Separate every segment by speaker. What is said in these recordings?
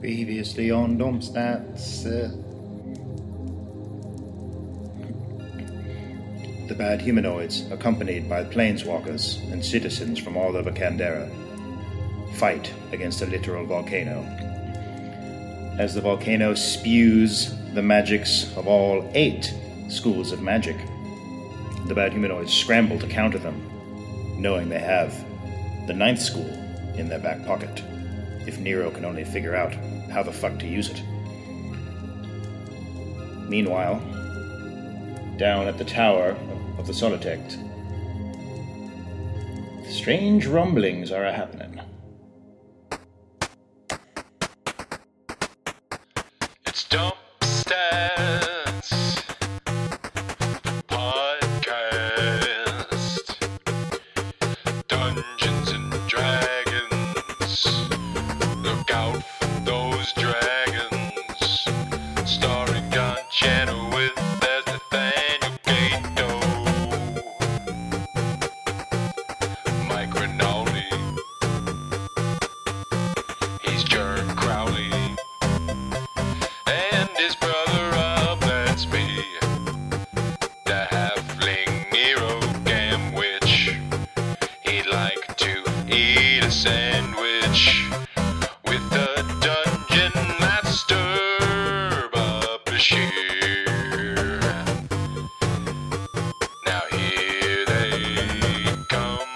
Speaker 1: previously on Domstats. Uh, the bad humanoids, accompanied by planeswalkers and citizens from all over Candera, fight against a literal volcano. As the volcano spews the magics of all eight schools of magic, the bad humanoids scramble to counter them, knowing they have the ninth school in their back pocket, if Nero can only figure out how the fuck to use it. Meanwhile, down at the tower of the Solitect, strange rumblings are a happening.
Speaker 2: It's Dump Stats Podcast Dungeons and Dragons. Look out for those dragons. Starring John Channel with as Nathaniel Gato. Mike Rinaldi. He's Jerk Crowley and his brother Rob, that's me. The halfling Nero Gamwich. He'd like to eat a sandwich with the dungeon master, Bob Bashir. Now here they come.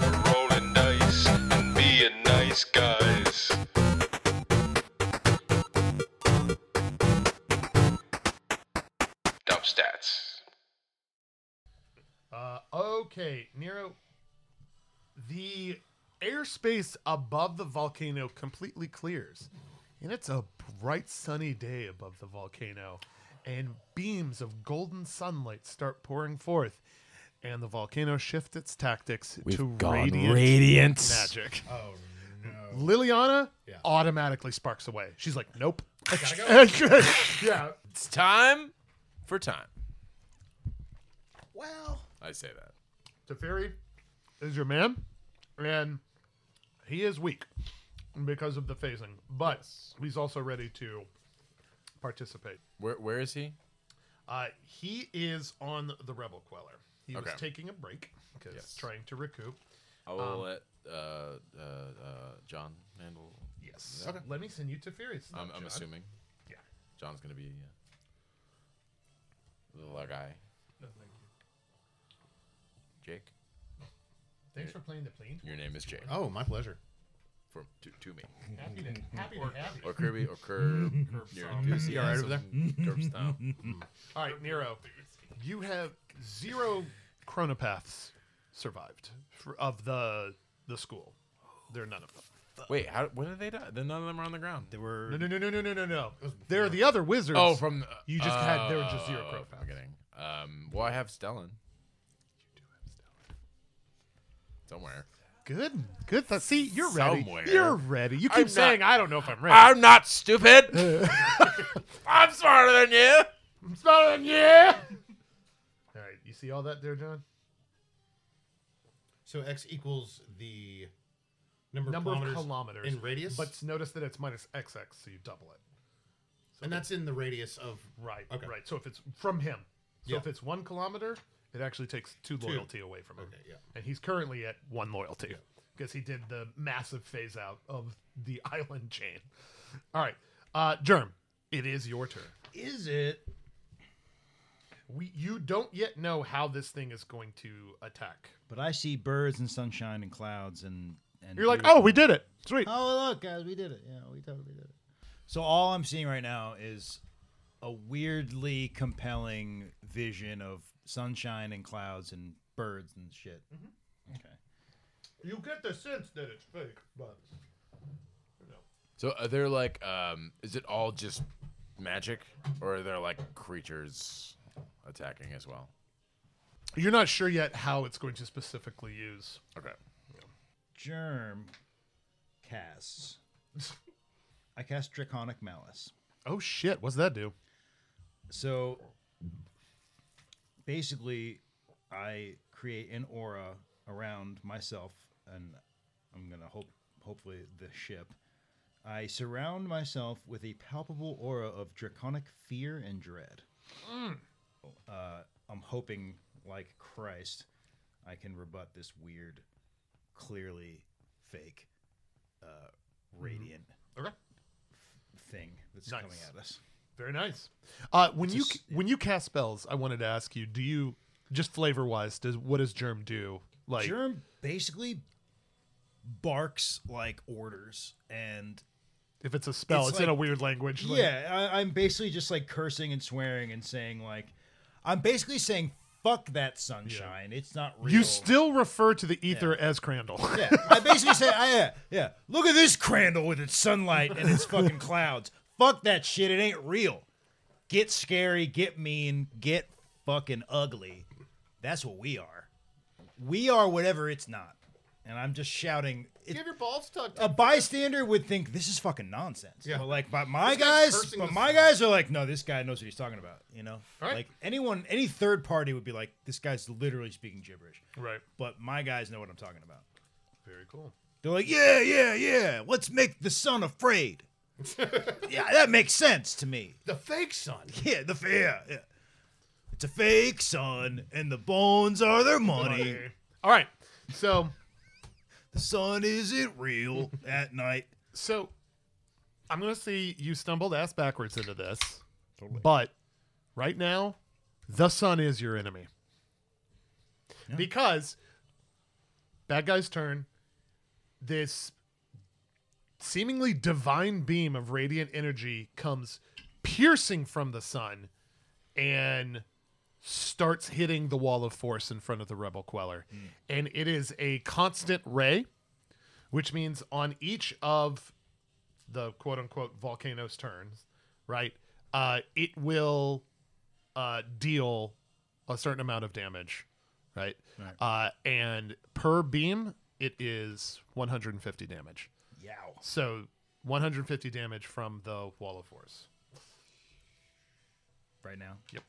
Speaker 2: We're rolling dice and being nice guys. Dump stats.
Speaker 3: Uh, okay, Nero. The airspace above the volcano completely clears, and it's a bright sunny day above the volcano, and beams of golden sunlight start pouring forth, and the volcano shifts its tactics to
Speaker 4: We've gone
Speaker 3: radiant
Speaker 4: radiant.
Speaker 3: magic.
Speaker 5: Oh no.
Speaker 3: Liliana
Speaker 5: Yeah.
Speaker 3: automatically sparks away. She's like, "Nope."
Speaker 5: Yeah.
Speaker 4: It's time for time.
Speaker 5: Well.
Speaker 4: I say that.
Speaker 3: Teferi is your man, and he is weak because of the phasing, but he's also ready to participate.
Speaker 4: Where Where is he?
Speaker 3: Uh, he is on the Rebel Queller. He was
Speaker 4: Okay.
Speaker 3: taking a break because
Speaker 4: Yes.
Speaker 3: trying to recoup.
Speaker 4: I will let uh, uh, uh, John handle.
Speaker 3: Yes. Let me send you Teferi's.
Speaker 4: I'm, I'm assuming
Speaker 3: Yeah.
Speaker 4: John's gonna be uh, the guy.
Speaker 3: Oh,
Speaker 4: Jake,
Speaker 3: Thanks for playing the plane.
Speaker 4: your name is Jake.
Speaker 5: Oh, my pleasure.
Speaker 4: From to, to me.
Speaker 3: Happy to, happy to have you.
Speaker 4: or Kirby or Curb. your enthusiasm.
Speaker 5: You all right over there?
Speaker 4: Curb style.
Speaker 3: All right, Nero. You have zero chronopaths survived for, of the the school. There are none of them.
Speaker 4: Wait, how? When did they die? Then none of them are on the ground. They were.
Speaker 3: No, no, no, no, no, no, no, no. They're the other wizards.
Speaker 4: Oh, from the,
Speaker 3: You just had- there were just zero
Speaker 4: oh,
Speaker 3: crow paths.
Speaker 4: I'm getting. Um, well, I have Stellan. Somewhere.
Speaker 3: good, good. Th- See, you're ready.
Speaker 4: Somewhere.
Speaker 3: You're ready. You keep
Speaker 4: I'm not-
Speaker 3: saying I don't know if I'm ready.
Speaker 4: I'm not stupid. I'm smarter than you.
Speaker 3: smelling yeah. All right, you see all that there, John?
Speaker 5: So X equals the number,
Speaker 3: number
Speaker 5: of kilometers,
Speaker 3: of kilometers
Speaker 5: in radius,
Speaker 3: But notice that it's minus XX, so you double it.
Speaker 5: and that's in the radius of
Speaker 3: Right.
Speaker 5: Okay.
Speaker 3: Right. So if it's from him, so
Speaker 5: Yeah.
Speaker 3: if it's one kilometer, it actually takes two loyalty away from him.
Speaker 5: Okay, yeah.
Speaker 3: And he's currently at one loyalty because he did the massive phase out of the island chain. All right, uh, Germ, it is your turn.
Speaker 5: is it?
Speaker 3: We you don't yet know how this thing is going to attack.
Speaker 6: But I see birds and sunshine and clouds and. and
Speaker 3: You're like,
Speaker 6: beautiful-
Speaker 3: oh, we did it. Sweet.
Speaker 6: Oh, look, guys, we did it. Yeah, we totally did it. So all I'm seeing right now is a weirdly compelling vision of sunshine and clouds and birds and shit. Okay.
Speaker 3: You get the sense that it's fake, but you know.
Speaker 4: So are there like, um, is it all just magic, or are there like creatures attacking as well?
Speaker 3: You're not sure yet how it's going to specifically use.
Speaker 4: Okay.
Speaker 6: Germ casts. I cast Draconic Malice.
Speaker 3: Oh shit, what's that do?
Speaker 6: So basically, I create an aura around myself, and I'm gonna hope, hopefully, the ship I surround myself with a palpable aura of draconic fear and dread. Uh, I'm hoping, like Christ, I can rebut this weird, clearly fake, uh, radiant
Speaker 3: Okay.
Speaker 6: thing that's
Speaker 3: Nice.
Speaker 6: coming at us.
Speaker 3: Very nice. Uh, when you
Speaker 6: Just-
Speaker 3: when you cast spells, I wanted to ask you: Do you just flavor wise? Does what does Germ do? Like
Speaker 6: Germ basically barks like orders and
Speaker 3: if it's a spell, it's,
Speaker 6: it's
Speaker 3: in a
Speaker 6: like-
Speaker 3: weird language. like-
Speaker 6: yeah I, i'm basically just like cursing and swearing and saying like i'm basically saying fuck that sunshine it's not real
Speaker 3: You still refer to the ether as Crandall.
Speaker 6: yeah i basically say I, yeah yeah look at this crandall with its sunlight and its fucking clouds fuck that shit it ain't real get scary get mean get fucking ugly that's what we are we are whatever it's not and i'm just shouting
Speaker 5: You
Speaker 6: it,
Speaker 5: have your balls tucked.
Speaker 6: a bystander would think this is fucking nonsense.
Speaker 5: Yeah.
Speaker 6: But like, but my
Speaker 5: This guy's
Speaker 6: guys,
Speaker 5: cursing
Speaker 6: but
Speaker 5: the-
Speaker 6: my guys are like, no, this guy knows what he's talking about. You know,
Speaker 5: right.
Speaker 6: like anyone, any third party would be like, this guy's literally speaking gibberish.
Speaker 3: Right.
Speaker 6: But my guys know what I'm talking about.
Speaker 3: Very cool.
Speaker 6: They're like, yeah, yeah, yeah. Let's make the sun afraid. yeah, that makes sense to me.
Speaker 5: the fake son.
Speaker 6: Yeah, the fear. Yeah. It's a fake sun, and the bones are their money.
Speaker 3: All right. So
Speaker 6: The sun isn't real at night.
Speaker 3: so I'm gonna say you stumbled ass backwards into this, but right now, the sun is your enemy because bad guys turn this seemingly divine beam of radiant energy comes piercing from the sun and starts hitting the wall of force in front of the rebel queller and it is a constant ray which means on each of the quote unquote volcano's turns right uh, it will uh, deal a certain amount of damage right, Uh, and per beam it is 150 damage
Speaker 6: Yow.
Speaker 3: so 150 damage from the wall of force
Speaker 6: Right now.
Speaker 3: yep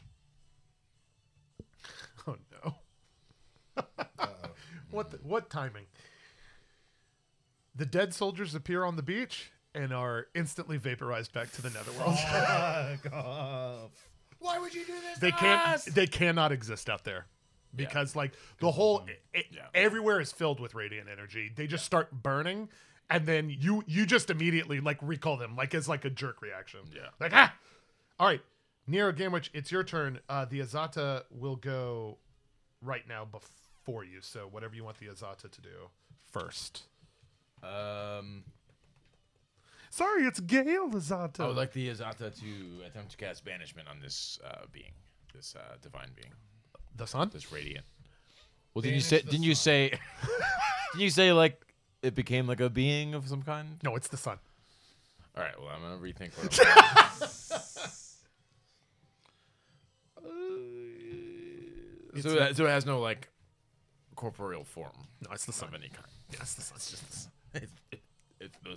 Speaker 3: oh no what the, what timing the dead soldiers appear on the beach and are instantly vaporized back to the netherworld
Speaker 5: Why would you do this?
Speaker 3: they can't they cannot exist out there because like the whole it,
Speaker 4: Yeah.
Speaker 3: everywhere is filled with radiant energy they just start burning and then you you just immediately like recall them like as like a jerk reaction
Speaker 4: Yeah.
Speaker 3: like ah all right nero gamwich it's your turn uh the azata will go right now before you so whatever you want the azata to do first
Speaker 4: Um,
Speaker 3: sorry it's gail azata
Speaker 4: I would like the Azata to attempt to cast banishment on this uh, being, this uh, divine being,
Speaker 3: the sun
Speaker 4: this radiant. Well, didn't you
Speaker 5: Banish
Speaker 4: say?
Speaker 5: the
Speaker 4: Didn't you say? didn't you say like it became like a being of some kind?
Speaker 3: no it's the sun
Speaker 4: All right. Well, I'm gonna rethink. What I'm Uh, so, it, so it has no like corporeal form
Speaker 3: no it's the sun
Speaker 4: of any kind.
Speaker 3: yeah, it's the sun
Speaker 4: It's just it's, it, it's the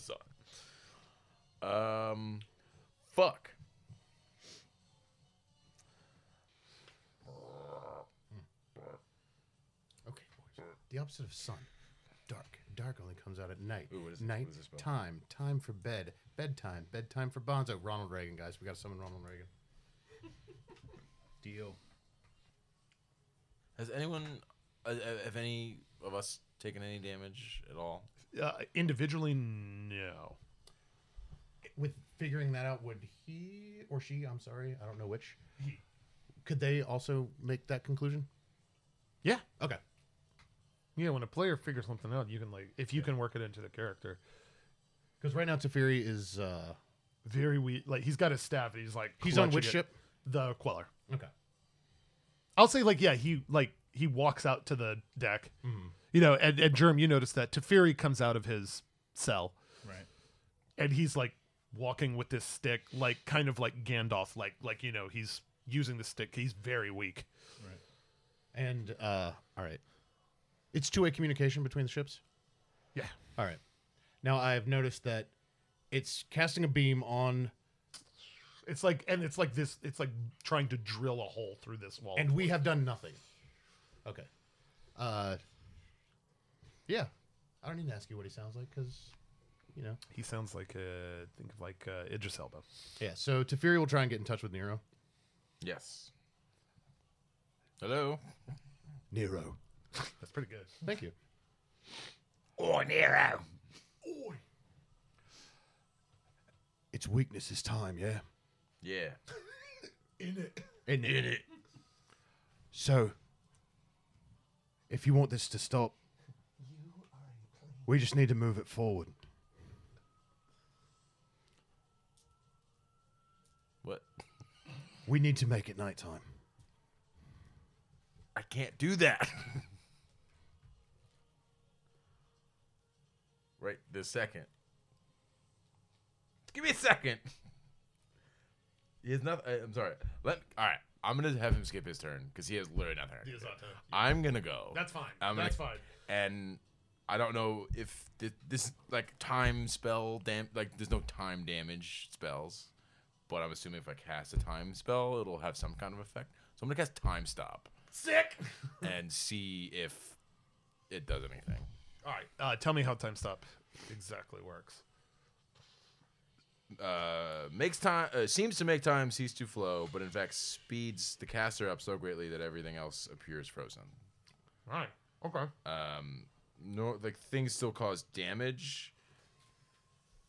Speaker 4: sun. Um, fuck.
Speaker 5: Okay. boys. The opposite of sun. Dark. Dark only comes out at night.
Speaker 4: Ooh, what is it?
Speaker 5: night
Speaker 4: What is this spell?
Speaker 5: time. Time for bed. Bedtime. Bedtime for Bonzo. Ronald Reagan, guys. We got to summon Ronald Reagan.
Speaker 6: Deal.
Speaker 4: Has anyone, uh, uh, have any of us taken any damage at all?
Speaker 3: uh, individually no
Speaker 5: With figuring that out, would he or she? I'm sorry, I don't know which. Could they also make that conclusion?
Speaker 3: yeah
Speaker 5: Okay.
Speaker 3: Yeah, when a player figures something out, you can like if you can work it into the character.
Speaker 5: Because right now Teferi is. uh
Speaker 3: Very weak. Like he's got his staff. And he's like
Speaker 5: He's on
Speaker 3: clutching
Speaker 5: which
Speaker 3: it.
Speaker 5: ship?
Speaker 3: The Queller.
Speaker 5: Okay.
Speaker 3: I'll say like yeah, he like he walks out to the deck. You know, and, and Germ, you notice that Teferi comes out of his cell
Speaker 6: Right.
Speaker 3: and he's like walking with this stick, like kind of like Gandalf, like like you know he's using the stick. He's very weak.
Speaker 5: And uh all right. It's two-way communication between the ships.
Speaker 3: Yeah.
Speaker 5: All right. Now I've noticed that it's casting a beam on,
Speaker 3: It's like and it's like this. It's like trying to drill a hole through this wall.
Speaker 5: and we have done nothing. Okay. Uh. Yeah. I don't need to ask you what he sounds like because, you know.
Speaker 3: He sounds like uh think of like uh, Idris Elba.
Speaker 5: Yeah. So Teferi will try and get in touch with Nero.
Speaker 4: Yes. Hello.
Speaker 5: Nero.
Speaker 3: That's pretty good.
Speaker 5: Thank you.
Speaker 4: Oh, Nero.
Speaker 5: It's weakness this time, yeah.
Speaker 4: Yeah.
Speaker 5: In it. So, if you want this to stop, we just need to move it forward.
Speaker 4: What?
Speaker 5: We need to make it nighttime.
Speaker 4: I can't do that. right this second. Give me a second. He has nothing. I'm sorry. Let. All right. I'm gonna have him skip his turn because he has literally nothing.
Speaker 3: He has not done.
Speaker 4: I'm gonna go.
Speaker 3: That's fine.
Speaker 4: I'm gonna-
Speaker 3: That's fine.
Speaker 4: And I don't know if thi- this like time spell dam like there's no time damage spells, but I'm assuming if I cast a time spell, it'll have some kind of effect. So I'm gonna cast time stop
Speaker 3: Sick.
Speaker 4: and see if it does anything.
Speaker 3: All right. Uh, tell me how time stop exactly works.
Speaker 4: Uh, makes time uh, seems to make time cease to flow, but in fact speeds the caster up so greatly that everything else appears frozen.
Speaker 3: All right. Okay.
Speaker 4: No, like things still cause damage.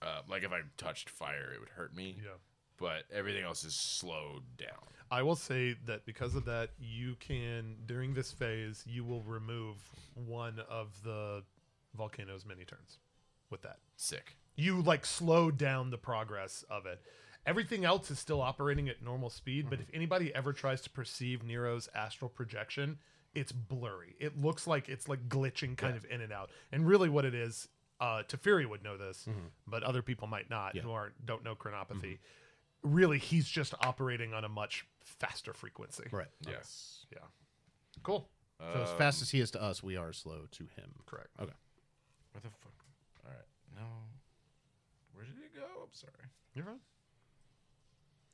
Speaker 4: Uh, like if I touched fire, it would hurt me.
Speaker 3: Yeah.
Speaker 4: but everything else is slowed down.
Speaker 3: I will say that because of that, you can during this phase you will remove one of the volcano's many turns. With that,
Speaker 4: Sick.
Speaker 3: you like slow down the progress of it. Everything else is still operating at normal speed,
Speaker 4: Mm-hmm.
Speaker 3: but if anybody ever tries to perceive Nero's astral projection, it's blurry. It looks like it's like glitching kind of in and out. And really what it is, uh Teferi would know this,
Speaker 4: Mm-hmm.
Speaker 3: but other people might not who aren't don't know chronopathy.
Speaker 4: Mm-hmm.
Speaker 3: Really, he's just operating on a much faster frequency.
Speaker 5: Right.
Speaker 4: Yes.
Speaker 3: Yeah. Cool.
Speaker 5: So, as fast as he is to us, we are slow to him.
Speaker 3: Correct.
Speaker 5: Okay.
Speaker 4: Where the fuck? All right. No. Where did it go? I'm sorry.
Speaker 3: You're fine.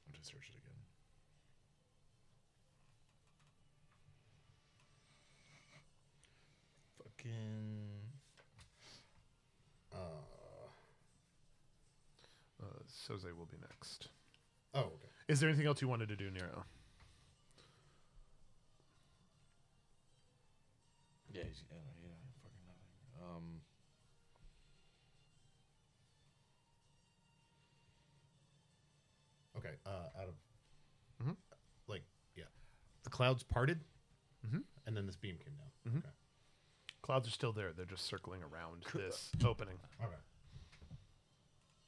Speaker 4: I'm just search it again. Fucking.
Speaker 3: Uh, Soze will be next.
Speaker 5: Oh, okay.
Speaker 3: Is there anything else you wanted to do, Nero?
Speaker 4: Yeah, he's, yeah, yeah, fucking nothing. Um.
Speaker 5: Okay. Uh, out of, like, yeah, the clouds parted, and then this beam came down. Okay.
Speaker 3: Clouds are still there. They're just circling around this opening.
Speaker 5: Okay.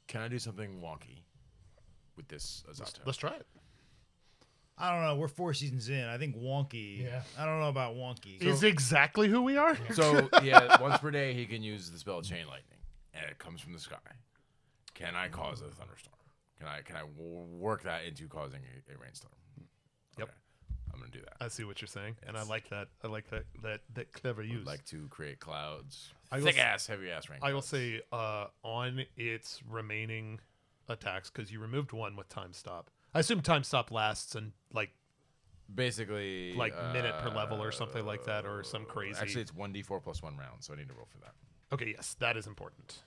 Speaker 4: Can I do something wonky with this Azato?
Speaker 3: Let's try it.
Speaker 6: I don't know. We're four seasons in. I think wonky.
Speaker 5: Yeah.
Speaker 6: I don't know about wonky.
Speaker 3: is exactly who we are.
Speaker 4: So yeah, once per day he can use the spell chain lightning, and it comes from the sky. Can I cause a thunderstorm? Can I can I w- work that into causing a, a rainstorm?
Speaker 3: Yep.
Speaker 4: Okay, I'm gonna do that.
Speaker 3: I see what you're saying, and I like that. I like that that that clever use.
Speaker 4: I'd like to create clouds,
Speaker 3: I will
Speaker 4: thick
Speaker 3: s-
Speaker 4: ass, heavy ass rain.
Speaker 3: I will
Speaker 4: clouds.
Speaker 3: say, uh, on its remaining attacks, because you removed one with time stop. I assume time stop lasts and like
Speaker 4: basically
Speaker 3: like minute per
Speaker 4: uh,
Speaker 3: level or something like that, or some crazy.
Speaker 4: Actually, it's one d4 plus one round, so I need to roll for that.
Speaker 3: okay, yes, that is important.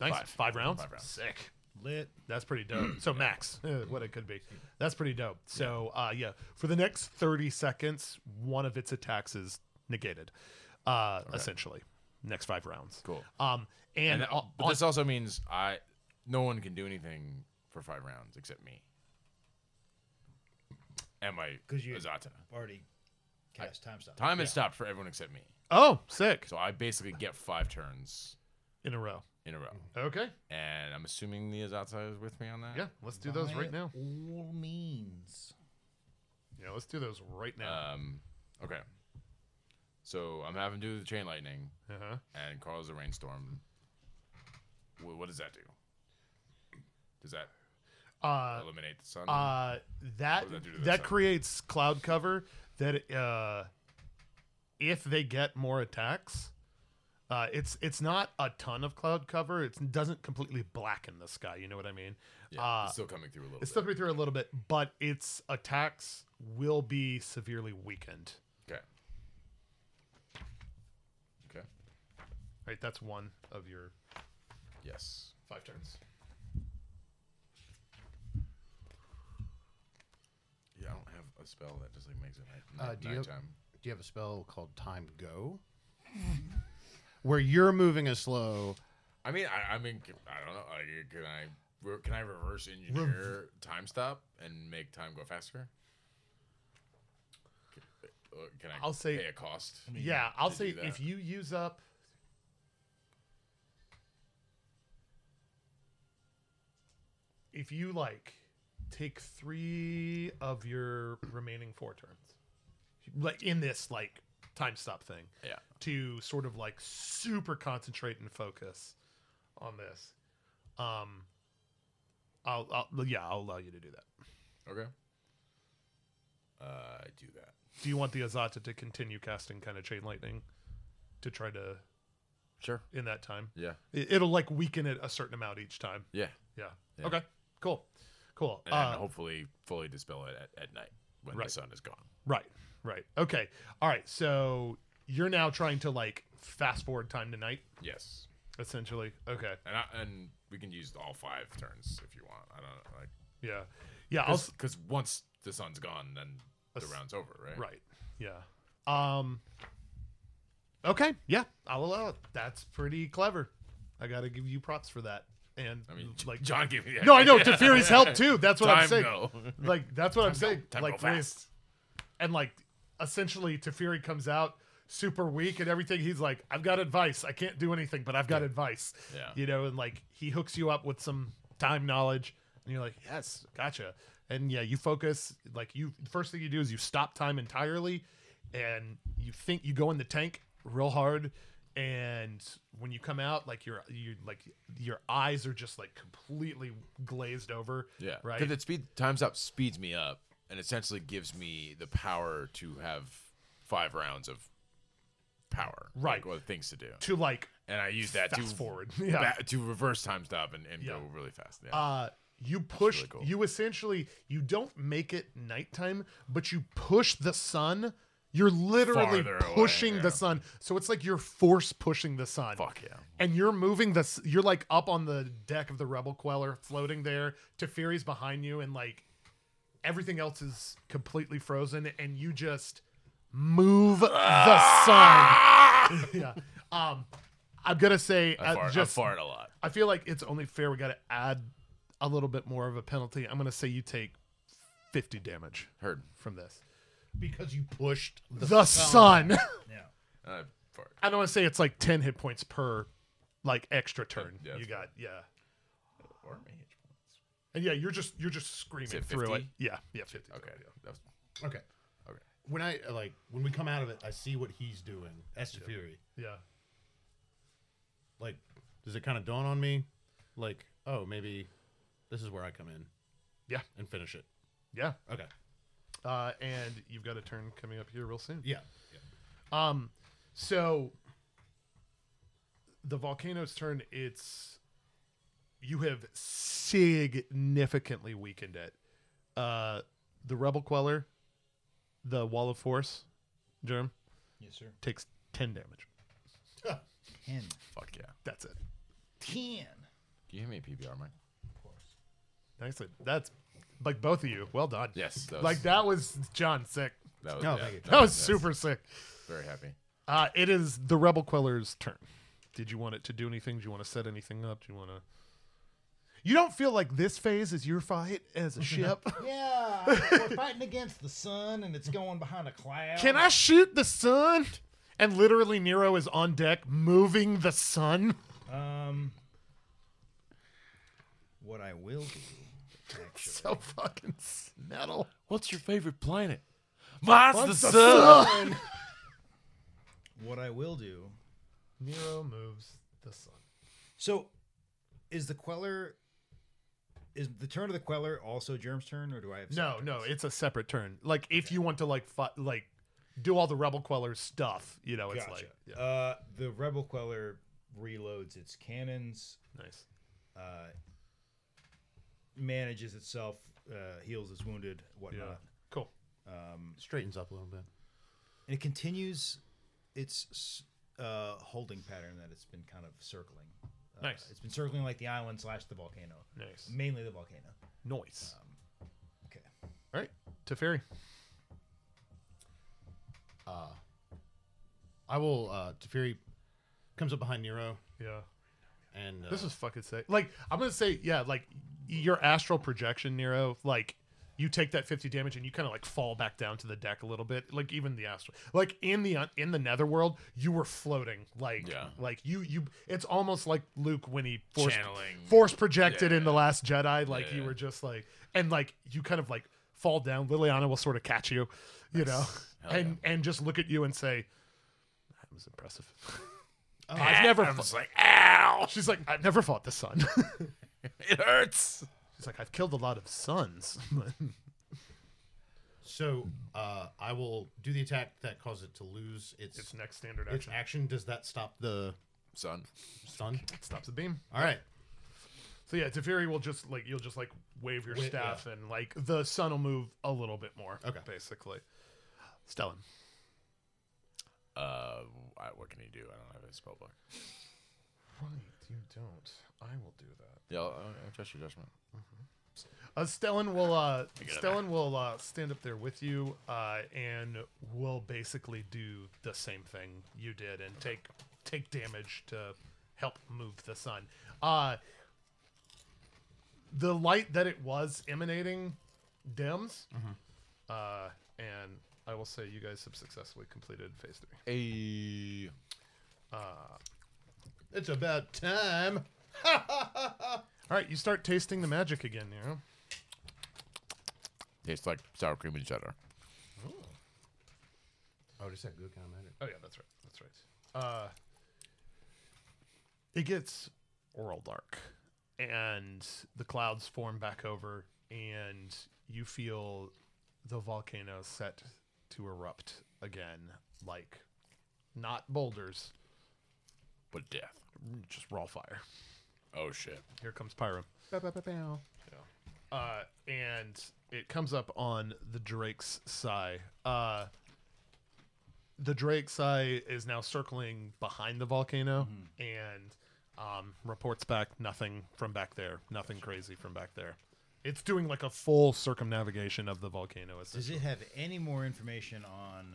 Speaker 3: Nice,
Speaker 4: Five.
Speaker 3: five, rounds.
Speaker 4: Five rounds.
Speaker 3: Sick.
Speaker 6: Lit.
Speaker 3: That's pretty dope. So max, eh, what it could be. That's pretty dope. So uh, yeah, for the next thirty seconds, one of its attacks is negated, uh, essentially. Next five rounds.
Speaker 4: Cool.
Speaker 3: Um, and,
Speaker 4: And that-
Speaker 3: on-
Speaker 4: but this also means I no one can do anything for five rounds except me. And my
Speaker 6: 'Cause you-
Speaker 4: Azata.
Speaker 6: Already cast time stop.
Speaker 4: Time has stopped for everyone except me.
Speaker 3: oh, sick
Speaker 4: So I basically get five turns
Speaker 3: in a row.
Speaker 4: in a row.
Speaker 3: Okay.
Speaker 4: And I'm assuming the Azata is with me on that.
Speaker 3: Mm-hmm. Yeah, let's do those right now.
Speaker 6: All means.
Speaker 3: Yeah, let's do those right now.
Speaker 4: Um, okay. So I'm having to do the chain lightning
Speaker 3: Uh huh.
Speaker 4: and cause a rainstorm. Wh- what does that do? Does that
Speaker 3: Uh,
Speaker 4: eliminate the sun?
Speaker 3: uh, that
Speaker 4: does that do to the
Speaker 3: that,
Speaker 4: sun?
Speaker 3: creates cloud cover that uh, if they get more attacks, uh, it's it's not a ton of cloud cover. It doesn't completely blacken the sky. You know what I mean?
Speaker 4: yeah,
Speaker 3: uh,
Speaker 4: it's still coming through a little
Speaker 3: It's
Speaker 4: bit.
Speaker 3: still going through a little bit, but its attacks will be severely weakened.
Speaker 4: okay.
Speaker 3: Right, that's one of your
Speaker 4: Yes.
Speaker 3: five turns.
Speaker 4: Yeah, I don't have a spell that just like makes it night,
Speaker 5: Uh,
Speaker 4: night,
Speaker 5: do you have-
Speaker 4: nighttime.
Speaker 5: Do you have a spell called Time Go? Where you're moving a slow.
Speaker 4: I mean, I, I mean, c- I don't know. Like, can I re- can I reverse engineer time stop and make time go faster? C- uh, Can I?
Speaker 3: I'll say-
Speaker 4: pay a cost.
Speaker 3: Yeah, I'll
Speaker 4: to
Speaker 3: say
Speaker 4: do that.
Speaker 3: if you use up. If you like, take three of your remaining four turns, like in this like time stop thing,
Speaker 4: Yeah.
Speaker 3: to sort of like super concentrate and focus on this. Um, I'll, I'll yeah, I'll allow you to do that.
Speaker 4: Okay. Uh, I do that.
Speaker 3: Do you want the Azata to continue casting kind of chain lightning to try to
Speaker 4: Sure.
Speaker 3: in that time?
Speaker 4: Yeah.
Speaker 3: It- It'll like weaken it a certain amount each time.
Speaker 4: Yeah.
Speaker 3: Yeah.
Speaker 4: Yeah.
Speaker 3: Okay. Cool. Cool.
Speaker 4: And
Speaker 3: Uh,
Speaker 4: hopefully, fully dispel it at, at night when
Speaker 3: Right.
Speaker 4: the sun is gone.
Speaker 3: right. Right. Okay. All right. So you're now trying to like fast forward time to night,
Speaker 4: Yes.
Speaker 3: essentially. Okay.
Speaker 4: And I, and we can use all five turns if you want. I don't know, like
Speaker 3: Yeah. Yeah. I'll, s-
Speaker 4: because once the sun's gone, then the round's over, right?
Speaker 3: right. Yeah. Um. Okay. Yeah. I'll allow it. That's pretty clever. I gotta give you props for that. And
Speaker 4: I mean, J-
Speaker 3: like,
Speaker 4: John gave me. the
Speaker 3: no, I know
Speaker 4: idea.
Speaker 3: Teferi's help too. That's what I'm
Speaker 4: Time
Speaker 3: saying.
Speaker 4: go.
Speaker 3: Like that's what I'm saying.
Speaker 4: Time
Speaker 3: like
Speaker 4: go
Speaker 3: we-
Speaker 4: fast.
Speaker 3: and like essentially Teferi comes out super weak and everything. He's like, I've got advice. I can't do anything, but I've got advice.
Speaker 4: Yeah.
Speaker 3: You know, and like he hooks you up with some time knowledge and you're like, Yes, gotcha. And yeah, you focus, like you first thing you do is you stop time entirely and you think you go in the tank real hard and when you come out like your you like your eyes are just like completely glazed over
Speaker 4: Yeah,
Speaker 3: right
Speaker 4: Because it speed times up speeds me up, and essentially gives me the power to have five rounds of power,
Speaker 3: Right.
Speaker 4: Like, or things to do,
Speaker 3: to like
Speaker 4: and I use that to
Speaker 3: fast forward yeah
Speaker 4: ba- to reverse time stop and, and go
Speaker 3: Yeah.
Speaker 4: really fast. Yeah.
Speaker 3: uh you push
Speaker 4: really cool.
Speaker 3: you essentially you don't make it nighttime but you push the sun you're literally
Speaker 4: Farther away,
Speaker 3: pushing
Speaker 4: yeah.
Speaker 3: the sun so it's like you're force pushing the sun
Speaker 4: Fuck yeah.
Speaker 3: and you're moving the s- you're like up on the deck of the rebel queller floating there Teferi's behind you and like everything else is completely frozen and you just move the sun yeah um i'm gonna say
Speaker 4: I,
Speaker 3: uh,
Speaker 4: fart,
Speaker 3: just
Speaker 4: I fart a lot.
Speaker 3: I feel like it's only fair we got to add a little bit more of a penalty. I'm going to say you take 50 damage
Speaker 4: Heard.
Speaker 3: from this.
Speaker 5: Because you pushed
Speaker 3: The, sun.
Speaker 6: Yeah.
Speaker 4: And I fart.
Speaker 3: I don't want to say it's like 10 hit points per like extra turn
Speaker 4: Yeah,
Speaker 3: you
Speaker 4: that's
Speaker 3: got. Yeah.
Speaker 4: Or
Speaker 3: And yeah, you're just you're just screaming
Speaker 4: it
Speaker 3: through it.
Speaker 4: 50?
Speaker 3: Yeah. Yeah, 50.
Speaker 4: Okay. That was,
Speaker 5: Okay.
Speaker 4: Okay.
Speaker 5: When I uh, like when we come out of it, I see what he's doing. That's the Fury.
Speaker 3: Yeah.
Speaker 5: Like, does it kind of dawn on me? Like, oh, maybe this is where I come in
Speaker 3: Yeah.
Speaker 5: and finish it.
Speaker 3: Yeah.
Speaker 5: Okay.
Speaker 3: Uh, and you've got a turn coming up here real soon.
Speaker 5: Yeah.
Speaker 3: Um, so the volcano's turn. It's you have significantly weakened it. Uh, the rebel queller, the wall of force, germ
Speaker 6: Yes, sir.
Speaker 3: takes ten damage.
Speaker 6: Ten.
Speaker 4: fuck yeah.
Speaker 3: That's it.
Speaker 6: Ten.
Speaker 4: Do you hear me PBR, Mike?
Speaker 3: Nicely. That's like both of you. Well done.
Speaker 4: Yes. That was, Oh,
Speaker 3: Like that was John sick.
Speaker 4: That was,
Speaker 5: No,
Speaker 4: yeah,
Speaker 5: thank you.
Speaker 3: That was
Speaker 4: that's
Speaker 3: super sick.
Speaker 4: Very happy.
Speaker 3: Uh, it is the Rebel Queller's turn. Did you want it to do anything? Do you want to set anything up? Do you want to? You don't feel like this phase is your fight as a ship.
Speaker 6: Yeah. we're fighting against the sun, and it's going behind a cloud.
Speaker 3: Can I shoot the sun? And literally, Nero is on deck moving the sun.
Speaker 6: Um. What I will do.
Speaker 3: So fucking metal.
Speaker 4: What's your favorite planet? Mine's the, sun.
Speaker 6: What I will do.
Speaker 3: Nero moves the sun.
Speaker 6: So, is the queller? Is the turn of the queller also Germ's turn, or do I have?
Speaker 3: No, no, it's a separate turn. Like if you want to like fi- like do all the Rebel Queller stuff, you know, it's
Speaker 6: Gotcha.
Speaker 3: like yeah,
Speaker 6: Uh, the rebel queller reloads its cannons,
Speaker 3: nice.
Speaker 6: uh, manages itself, uh, heals its wounded,
Speaker 3: Yeah,
Speaker 6: whatnot,
Speaker 3: cool.
Speaker 5: Straightens up a little bit.
Speaker 6: and it continues its s- uh, holding pattern that it's been kind of circling. Uh,
Speaker 3: Nice.
Speaker 6: It's been circling like the island slash the volcano.
Speaker 3: Nice.
Speaker 6: Mainly the volcano.
Speaker 3: Noise.
Speaker 6: Okay.
Speaker 3: All right, Teferi.
Speaker 7: I will. Uh, Teferi comes up behind Nero
Speaker 3: Yeah.
Speaker 7: and uh,
Speaker 3: This is fucking sick. Like I'm gonna say, yeah, like your astral projection, Nero. Like you take that 50 damage and you kind of like fall back down to the deck a little bit. Like even the astral, like in the in the netherworld, you were floating. Like
Speaker 4: Yeah.
Speaker 3: like you you. It's almost like Luke when he force
Speaker 4: Channeling.
Speaker 3: force projected in the Last Jedi. Like you
Speaker 4: Yeah.
Speaker 3: were just like and like you kind of like fall down. Liliana will sort of catch you, you know,
Speaker 4: Hell
Speaker 3: and and just look at you and say, "That was impressive."
Speaker 4: I've never. I'm just like, ow!
Speaker 3: She's like, "I've never fought the sun."
Speaker 4: It hurts.
Speaker 3: He's like, I've killed a lot of sons.
Speaker 7: so uh, I will do the attack that caused it to lose its its,
Speaker 3: it's next standard
Speaker 7: its
Speaker 3: action.
Speaker 7: action. Does that stop the
Speaker 4: Son.
Speaker 7: stun?
Speaker 3: Stops the beam.
Speaker 7: All right.
Speaker 3: So yeah, Teferi will just like you'll just like wave your
Speaker 7: Wi-
Speaker 3: staff and like the sun will move a little bit more.
Speaker 7: Okay.
Speaker 3: Basically. Stellan.
Speaker 4: Uh, I- what can he do? I don't have a spell book.
Speaker 3: Right, you don't. I will do that.
Speaker 4: Yeah, I'll, I'll trust your judgment.
Speaker 3: Uh, Stellan will uh Stellan will uh stand up there with you uh and will basically do the same thing you did and take take damage to help move the sun. Uh the light that it was emanating dims. Uh, and I will say you guys have successfully completed phase three.
Speaker 4: A.
Speaker 7: It's about time.
Speaker 3: All right, you start tasting the magic again, Nero.
Speaker 4: Tastes like sour cream and cheddar.
Speaker 7: Oh, just that good kind of magic.
Speaker 3: Oh yeah, that's right. That's right. Uh, it gets oral dark, and the clouds form back over, and you feel the volcano set to erupt again, like not boulders,
Speaker 4: But death.
Speaker 3: just raw fire.
Speaker 4: Oh, shit.
Speaker 3: Here comes Pyro. Yeah. Uh, and it comes up on the Drake's Sigh. Uh, the Drake's Sigh is now circling behind the volcano
Speaker 6: Mm-hmm.
Speaker 3: and um, reports back nothing from back there, nothing crazy from back there. It's doing like a full circumnavigation of the volcano. It's-
Speaker 6: Does it have any more information on?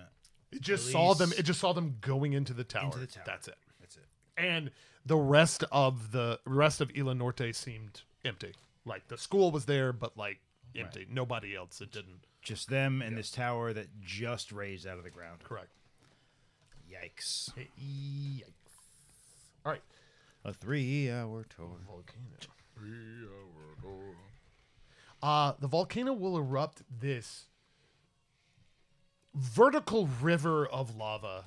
Speaker 3: It just saw them.
Speaker 6: release-
Speaker 3: It just saw them going into the tower.
Speaker 6: Into the tower.
Speaker 3: That's it.
Speaker 6: That's it.
Speaker 3: and the rest of the rest of Ila Norte seemed empty. Like the school was there, but like empty. Nobody else. It didn't.
Speaker 6: Just them and this tower that just raised out of the ground.
Speaker 3: Correct.
Speaker 6: Yikes!
Speaker 3: All right.
Speaker 6: A three-hour tour.
Speaker 3: Uh, the volcano will erupt this vertical river of lava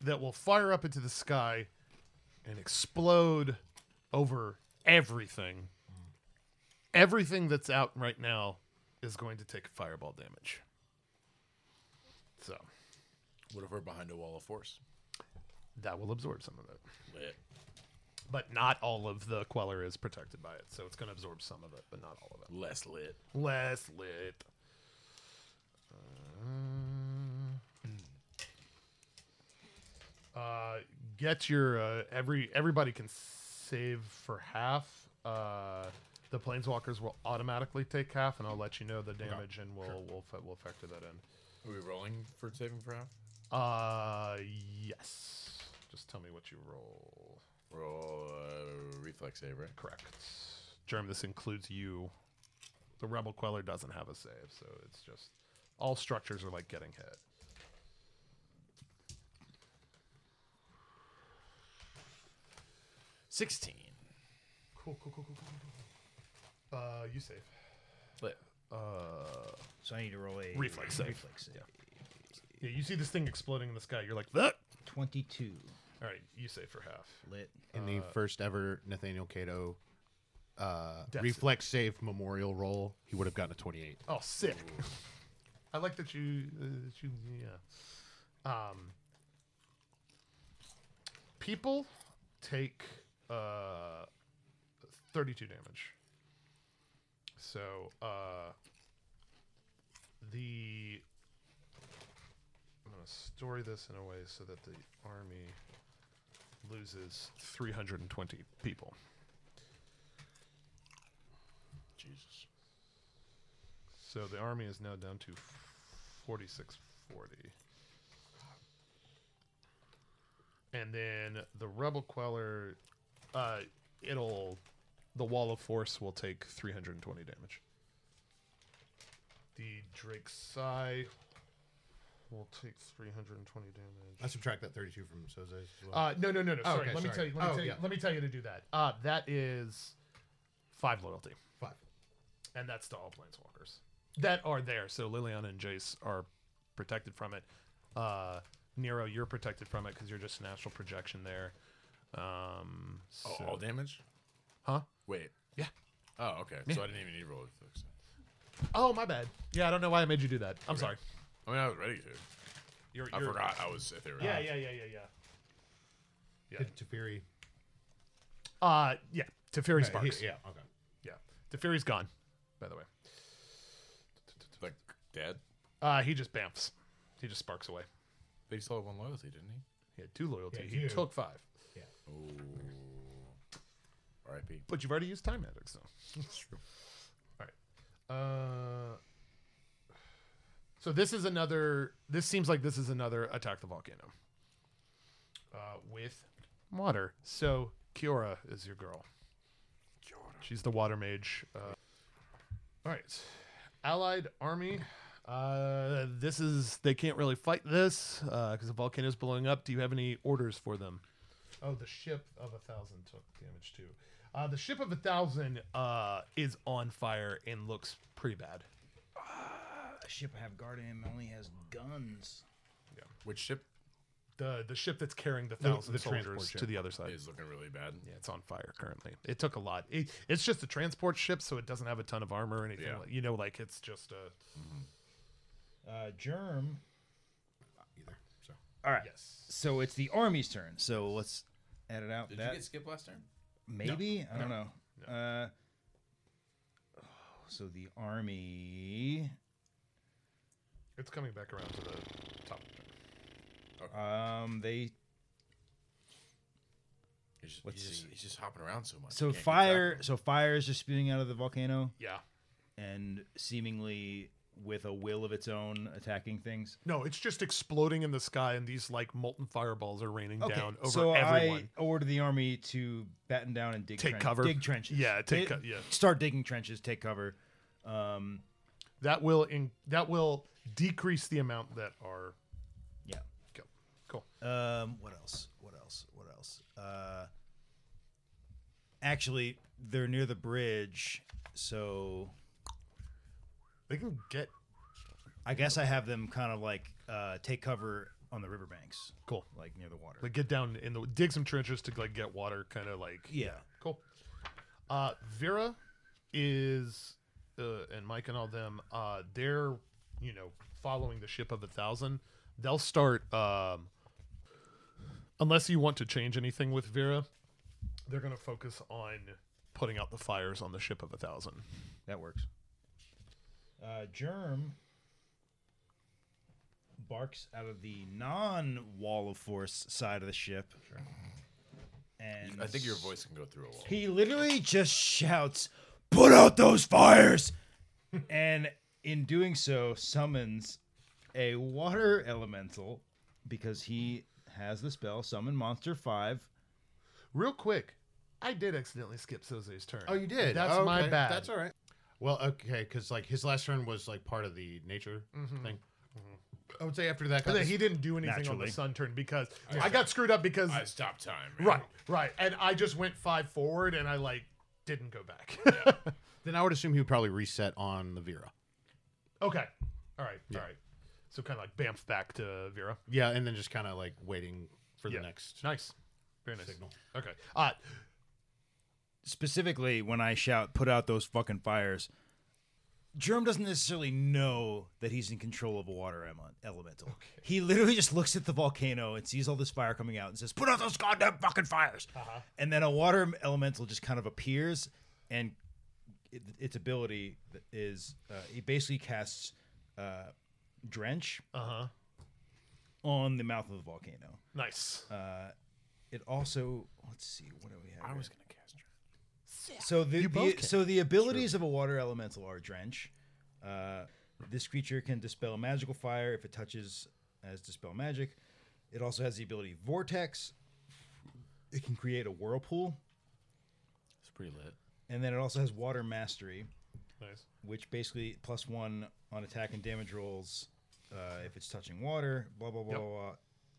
Speaker 3: that will fire up into the sky and explode over everything. Everything that's out right now is going to take fireball damage. So
Speaker 4: What if we're behind a wall of force?
Speaker 3: that will absorb some of it.
Speaker 4: Lit.
Speaker 3: But not all of the queller is protected by it, so it's going to absorb some of it, but not all of it.
Speaker 4: Less lit.
Speaker 3: Less lit. Uh, get your uh, every everybody can save for half. Uh, the planeswalkers will automatically take half, and I'll let you know the damage, and we'll we'll fa- we'll factor that in.
Speaker 4: Are we rolling for saving for half?
Speaker 3: Uh, yes. Just tell me what you roll.
Speaker 4: Roll uh, reflex save, right?
Speaker 3: Correct. Germ, this includes you. The Rebel Queller doesn't have a save, so it's just all structures are like getting hit.
Speaker 4: Sixteen.
Speaker 3: Cool, cool, cool, cool, cool. cool. Uh, you save.
Speaker 4: Lit.
Speaker 6: So I need to roll a
Speaker 3: Reflex save.
Speaker 6: Reflex save.
Speaker 3: Yeah, you see this thing exploding in the sky. You're like, that.
Speaker 6: Twenty-two.
Speaker 3: All right, you save for half.
Speaker 6: Lit.
Speaker 7: In the
Speaker 3: Uh,
Speaker 7: first ever Nathaniel Cato uh,
Speaker 3: Death
Speaker 7: reflex save memorial roll, he would have gotten a 28.
Speaker 3: Oh, sick. I like that you, uh, that you, yeah. Um, people take uh, 32 damage. So, uh, the. I'm going story this in a way so that the army loses 320 people.
Speaker 4: Jesus.
Speaker 3: So the army is now down to 4640. And then the rebel queller, uh, it'll, the wall of force will take 320 damage. The Drake Psy will take 320 damage.
Speaker 7: I subtract that 32 from Soze's as well.
Speaker 3: Uh, no, no, no, no.
Speaker 7: Oh,
Speaker 3: sorry.
Speaker 7: okay,
Speaker 3: let me
Speaker 7: sorry.
Speaker 3: tell you. Let me
Speaker 7: Oh,
Speaker 3: tell you.
Speaker 7: yeah.
Speaker 3: Let me tell you to do that. Uh, that is five loyalty,
Speaker 7: Five.
Speaker 3: and that's to all planeswalkers that are there. So Liliana and Jace are protected from it. Uh, Nero, you're protected from it because you're just an astral projection there. Um,
Speaker 4: Oh,
Speaker 3: so-
Speaker 4: all damage?
Speaker 3: Huh?
Speaker 4: Wait.
Speaker 3: Yeah.
Speaker 4: Oh, okay. So I didn't even need to roll to fix it.
Speaker 3: Oh, my bad. Yeah, I don't know why I made you do that. I'm sorry.
Speaker 4: I mean, I was ready to.
Speaker 3: You're,
Speaker 4: I
Speaker 3: you're-
Speaker 4: forgot I was ethereal.
Speaker 3: Yeah, yeah, yeah, yeah, yeah. Yeah.
Speaker 7: Did Teferi.
Speaker 3: Uh, yeah. Teferi
Speaker 7: Okay, he-
Speaker 3: Sparks.
Speaker 7: yeah, okay.
Speaker 3: yeah. Teferi's gone, by the way.
Speaker 4: Like, dead?
Speaker 3: Uh, he just bamfs. He just sparks away.
Speaker 4: But he still had one loyalty, didn't he?
Speaker 3: He had two loyalty.
Speaker 7: Yeah,
Speaker 3: he
Speaker 7: you.
Speaker 3: took five.
Speaker 4: Oh. RIP.
Speaker 3: But you've already used time magic, so. All right. Uh, so this is another. This seems like this is another attack the volcano. Uh, with water. So Kiora is your girl. Kiora. She's the water mage. Uh, all right. Allied army. Uh, this is they can't really fight this because the volcano's blowing up. Do you have any orders for them? Oh, the ship of a thousand took damage too. Uh, the ship of a thousand uh, is on fire and looks pretty bad.
Speaker 6: The ship I have guarding him only has guns.
Speaker 4: Which ship
Speaker 3: The the ship that's carrying the thousand
Speaker 7: the transport
Speaker 3: soldiers
Speaker 7: ship.
Speaker 3: to the other side.
Speaker 4: is looking really bad?
Speaker 3: yeah, it's on fire currently. It took a lot. It, it's just a transport ship, so it doesn't have a ton of armor or anything.
Speaker 4: Yeah.
Speaker 3: Like, you know, like it's just a
Speaker 6: Uh, Germ.
Speaker 7: Either. So.
Speaker 6: All right.
Speaker 3: yes.
Speaker 6: So it's the army's turn. So let's edit out
Speaker 4: Did
Speaker 6: that.
Speaker 4: you get skip last turn?
Speaker 6: Maybe I don't know. Uh, so the army.
Speaker 3: It's coming back around to the top.
Speaker 6: Um, they
Speaker 4: He's just,
Speaker 6: What's
Speaker 4: he's just,
Speaker 6: the-
Speaker 4: he's just hopping around so much.
Speaker 6: so
Speaker 4: You can't keep
Speaker 6: fire.
Speaker 4: track of him.
Speaker 6: So fire is just spewing out of the volcano
Speaker 3: Yeah.
Speaker 6: and seemingly with a will of its own attacking things.
Speaker 3: No, it's just exploding in the sky, and these like molten fireballs are raining
Speaker 6: Okay,
Speaker 3: down over
Speaker 6: so
Speaker 3: everyone.
Speaker 6: I order the army to batten down and dig
Speaker 3: Take
Speaker 6: tren-
Speaker 3: cover.
Speaker 6: dig trenches.
Speaker 3: Yeah, take
Speaker 6: Di-
Speaker 3: co- yeah.
Speaker 6: Start digging trenches. Take cover. Um,
Speaker 3: That will in that will decrease the amount that are
Speaker 6: yeah.
Speaker 3: killed. Cool.
Speaker 6: Um, what else? What else? What else? Uh, actually, they're near the bridge, so
Speaker 3: They can get
Speaker 6: I guess I have them kind of like uh, take cover on the riverbanks,
Speaker 3: cool.
Speaker 6: like near the water.
Speaker 3: Like get down in the dig some trenches to like get water, kind of like
Speaker 6: yeah.
Speaker 3: Cool. Uh, Vera is uh, and Mike and all them. Uh, they're you know following the ship of a thousand. They'll start um, unless you want to change anything with Vera. They're gonna focus on putting out the fires on the ship of a thousand.
Speaker 6: That works. Uh, Germ barks out of the non wall of force side of the ship. Sure. And
Speaker 4: I think your voice can go through a wall.
Speaker 6: He literally just shouts, Put out those fires! and in doing so, summons a water elemental because he has the spell Summon Monster 5.
Speaker 3: Real quick, I did accidentally skip Soze's turn.
Speaker 7: Oh, you did?
Speaker 3: That's
Speaker 7: Oh,
Speaker 3: my
Speaker 7: okay.
Speaker 3: bad.
Speaker 7: That's all right. Well, okay, because like his last turn was like part of the nature
Speaker 3: Mm-hmm.
Speaker 7: thing. I would say after that,
Speaker 3: And
Speaker 7: got
Speaker 3: then
Speaker 7: this-
Speaker 3: he didn't do anything on
Speaker 6: Naturally.
Speaker 3: the sun turn because I got screwed up because
Speaker 4: I stopped time. man.
Speaker 3: Right, right. And I just went five forward and I like didn't go back.
Speaker 7: then I would assume he would probably reset on the Vera.
Speaker 3: okay. All right. All right. So kind of like bamf back to Vera.
Speaker 7: Yeah, and then just kind of like waiting for the next.
Speaker 3: Nice. Very nice.
Speaker 7: Signal.
Speaker 3: Okay. Uh,
Speaker 6: Specifically, when I shout, Put out those fucking fires, Germ doesn't necessarily know that he's in control of a water ele- elemental. He literally just looks at the volcano and sees all this fire coming out and says, Put out those goddamn fucking fires!
Speaker 4: Uh-huh.
Speaker 6: And then a water elemental just kind of appears and it, its ability th- is uh, it basically casts uh, drench
Speaker 3: uh-huh.
Speaker 6: on the mouth of the volcano.
Speaker 3: Nice.
Speaker 6: It also let's see what do we have.
Speaker 4: I
Speaker 6: here?
Speaker 4: was gonna cast her.
Speaker 6: So the,
Speaker 3: You both
Speaker 6: the
Speaker 3: can.
Speaker 6: so the abilities of a water elemental are drench. Uh, this creature can dispel magical fire if it touches as dispel magic. It also has the ability vortex. It can create a whirlpool,
Speaker 4: It's pretty lit.
Speaker 6: and then it also has water mastery,
Speaker 3: nice.
Speaker 6: which basically plus one on attack and damage rolls uh, if it's touching water. Blah blah blah
Speaker 3: Yep.
Speaker 6: blah. blah.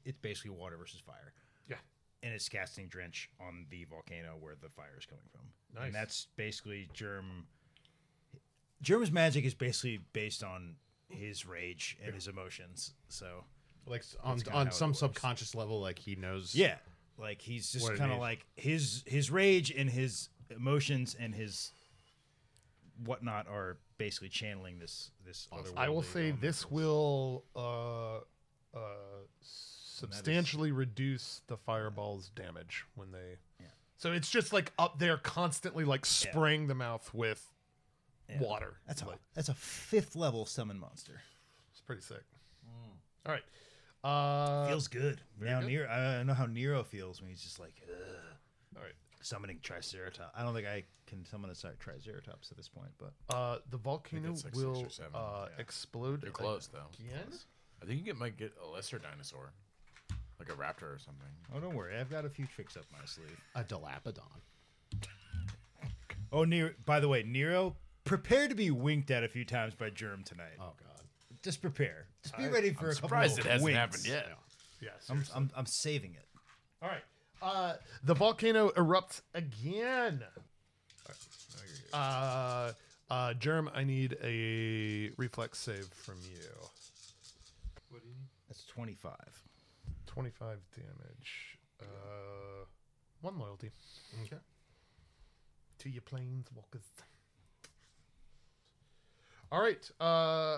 Speaker 6: It's basically water versus fire,
Speaker 3: Yeah.
Speaker 6: and it's casting drench on the volcano where the fire is coming from.
Speaker 3: Nice.
Speaker 6: And that's basically Germ. Germ's magic is basically based on his rage and his emotions. So
Speaker 7: Like s- on
Speaker 6: kinda how
Speaker 7: on
Speaker 6: it
Speaker 7: some
Speaker 6: works.
Speaker 7: subconscious level, like he knows.
Speaker 6: yeah, like he's just
Speaker 7: What it
Speaker 6: kind of
Speaker 7: is.
Speaker 6: like his his rage and his emotions and his whatnot are basically channeling this this other.
Speaker 3: I will say this will uh, uh, substantially reduce the fireball's damage when they. So it's just like up there constantly, like spraying the mouth with water.
Speaker 6: That's a
Speaker 3: Like,
Speaker 6: that's a fifth level summon monster.
Speaker 3: it's pretty sick.
Speaker 4: Mm.
Speaker 3: All right. Uh,
Speaker 6: Feels good. Now Nero, I I know how Nero feels when he's just like "Ugh,
Speaker 3: all right.
Speaker 6: summoning Triceratops. I don't think I can summon a Tri- Triceratops at this point, but
Speaker 4: Oh.
Speaker 3: Uh, the volcano
Speaker 4: that's like six or
Speaker 3: will
Speaker 4: seven.
Speaker 3: uh,
Speaker 4: Yeah.
Speaker 3: explode.
Speaker 4: You're close though.
Speaker 3: Again?
Speaker 4: I think you get might get a lesser dinosaur, like a raptor or something.
Speaker 6: Oh, don't worry. I've got a few tricks up my sleeve.
Speaker 7: a dilapidon.
Speaker 6: Oh, Nero. By the way, Nero, prepare to be winked at a few times by Germ tonight.
Speaker 7: Oh god.
Speaker 6: Just prepare. Just be ready for a couple
Speaker 4: Surprised
Speaker 6: of
Speaker 4: it hasn't
Speaker 6: winks.
Speaker 4: happened yet.
Speaker 3: Yes.
Speaker 6: I'm, I'm, I'm saving it.
Speaker 3: All right. Uh, the volcano erupts again. Uh, uh, Germ, I need a reflex save from you.
Speaker 6: That's 25.
Speaker 3: 25 damage. Uh, one loyalty. Okay. To your planeswalkers. All right. Uh,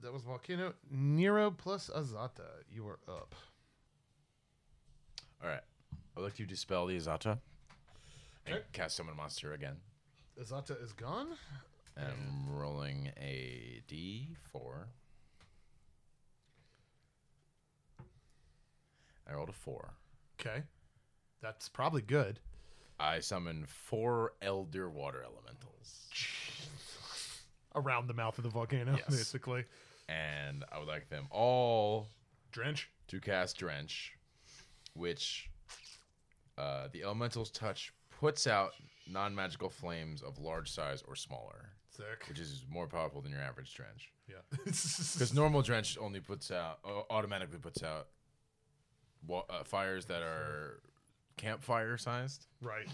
Speaker 3: that was Volcano. Nero plus Azata. You are up.
Speaker 4: All right. I'd like to dispel the Azata and cast summon monster again.
Speaker 3: Azata is gone.
Speaker 4: And I'm rolling a d4. I rolled a four.
Speaker 3: Okay. That's probably good.
Speaker 4: I summon four elder water elementals,
Speaker 3: Around the mouth of the volcano,
Speaker 4: Yes.
Speaker 3: basically.
Speaker 4: and I would like them all
Speaker 3: Drench.
Speaker 4: to cast Drench, which uh, the elemental's touch puts out non-magical flames of large size or smaller,
Speaker 3: Sick.
Speaker 4: which is more powerful than your average Drench.
Speaker 3: Yeah.
Speaker 4: Because normal drench only puts out au- automatically puts out wa- uh, fires that are campfire sized,
Speaker 3: right.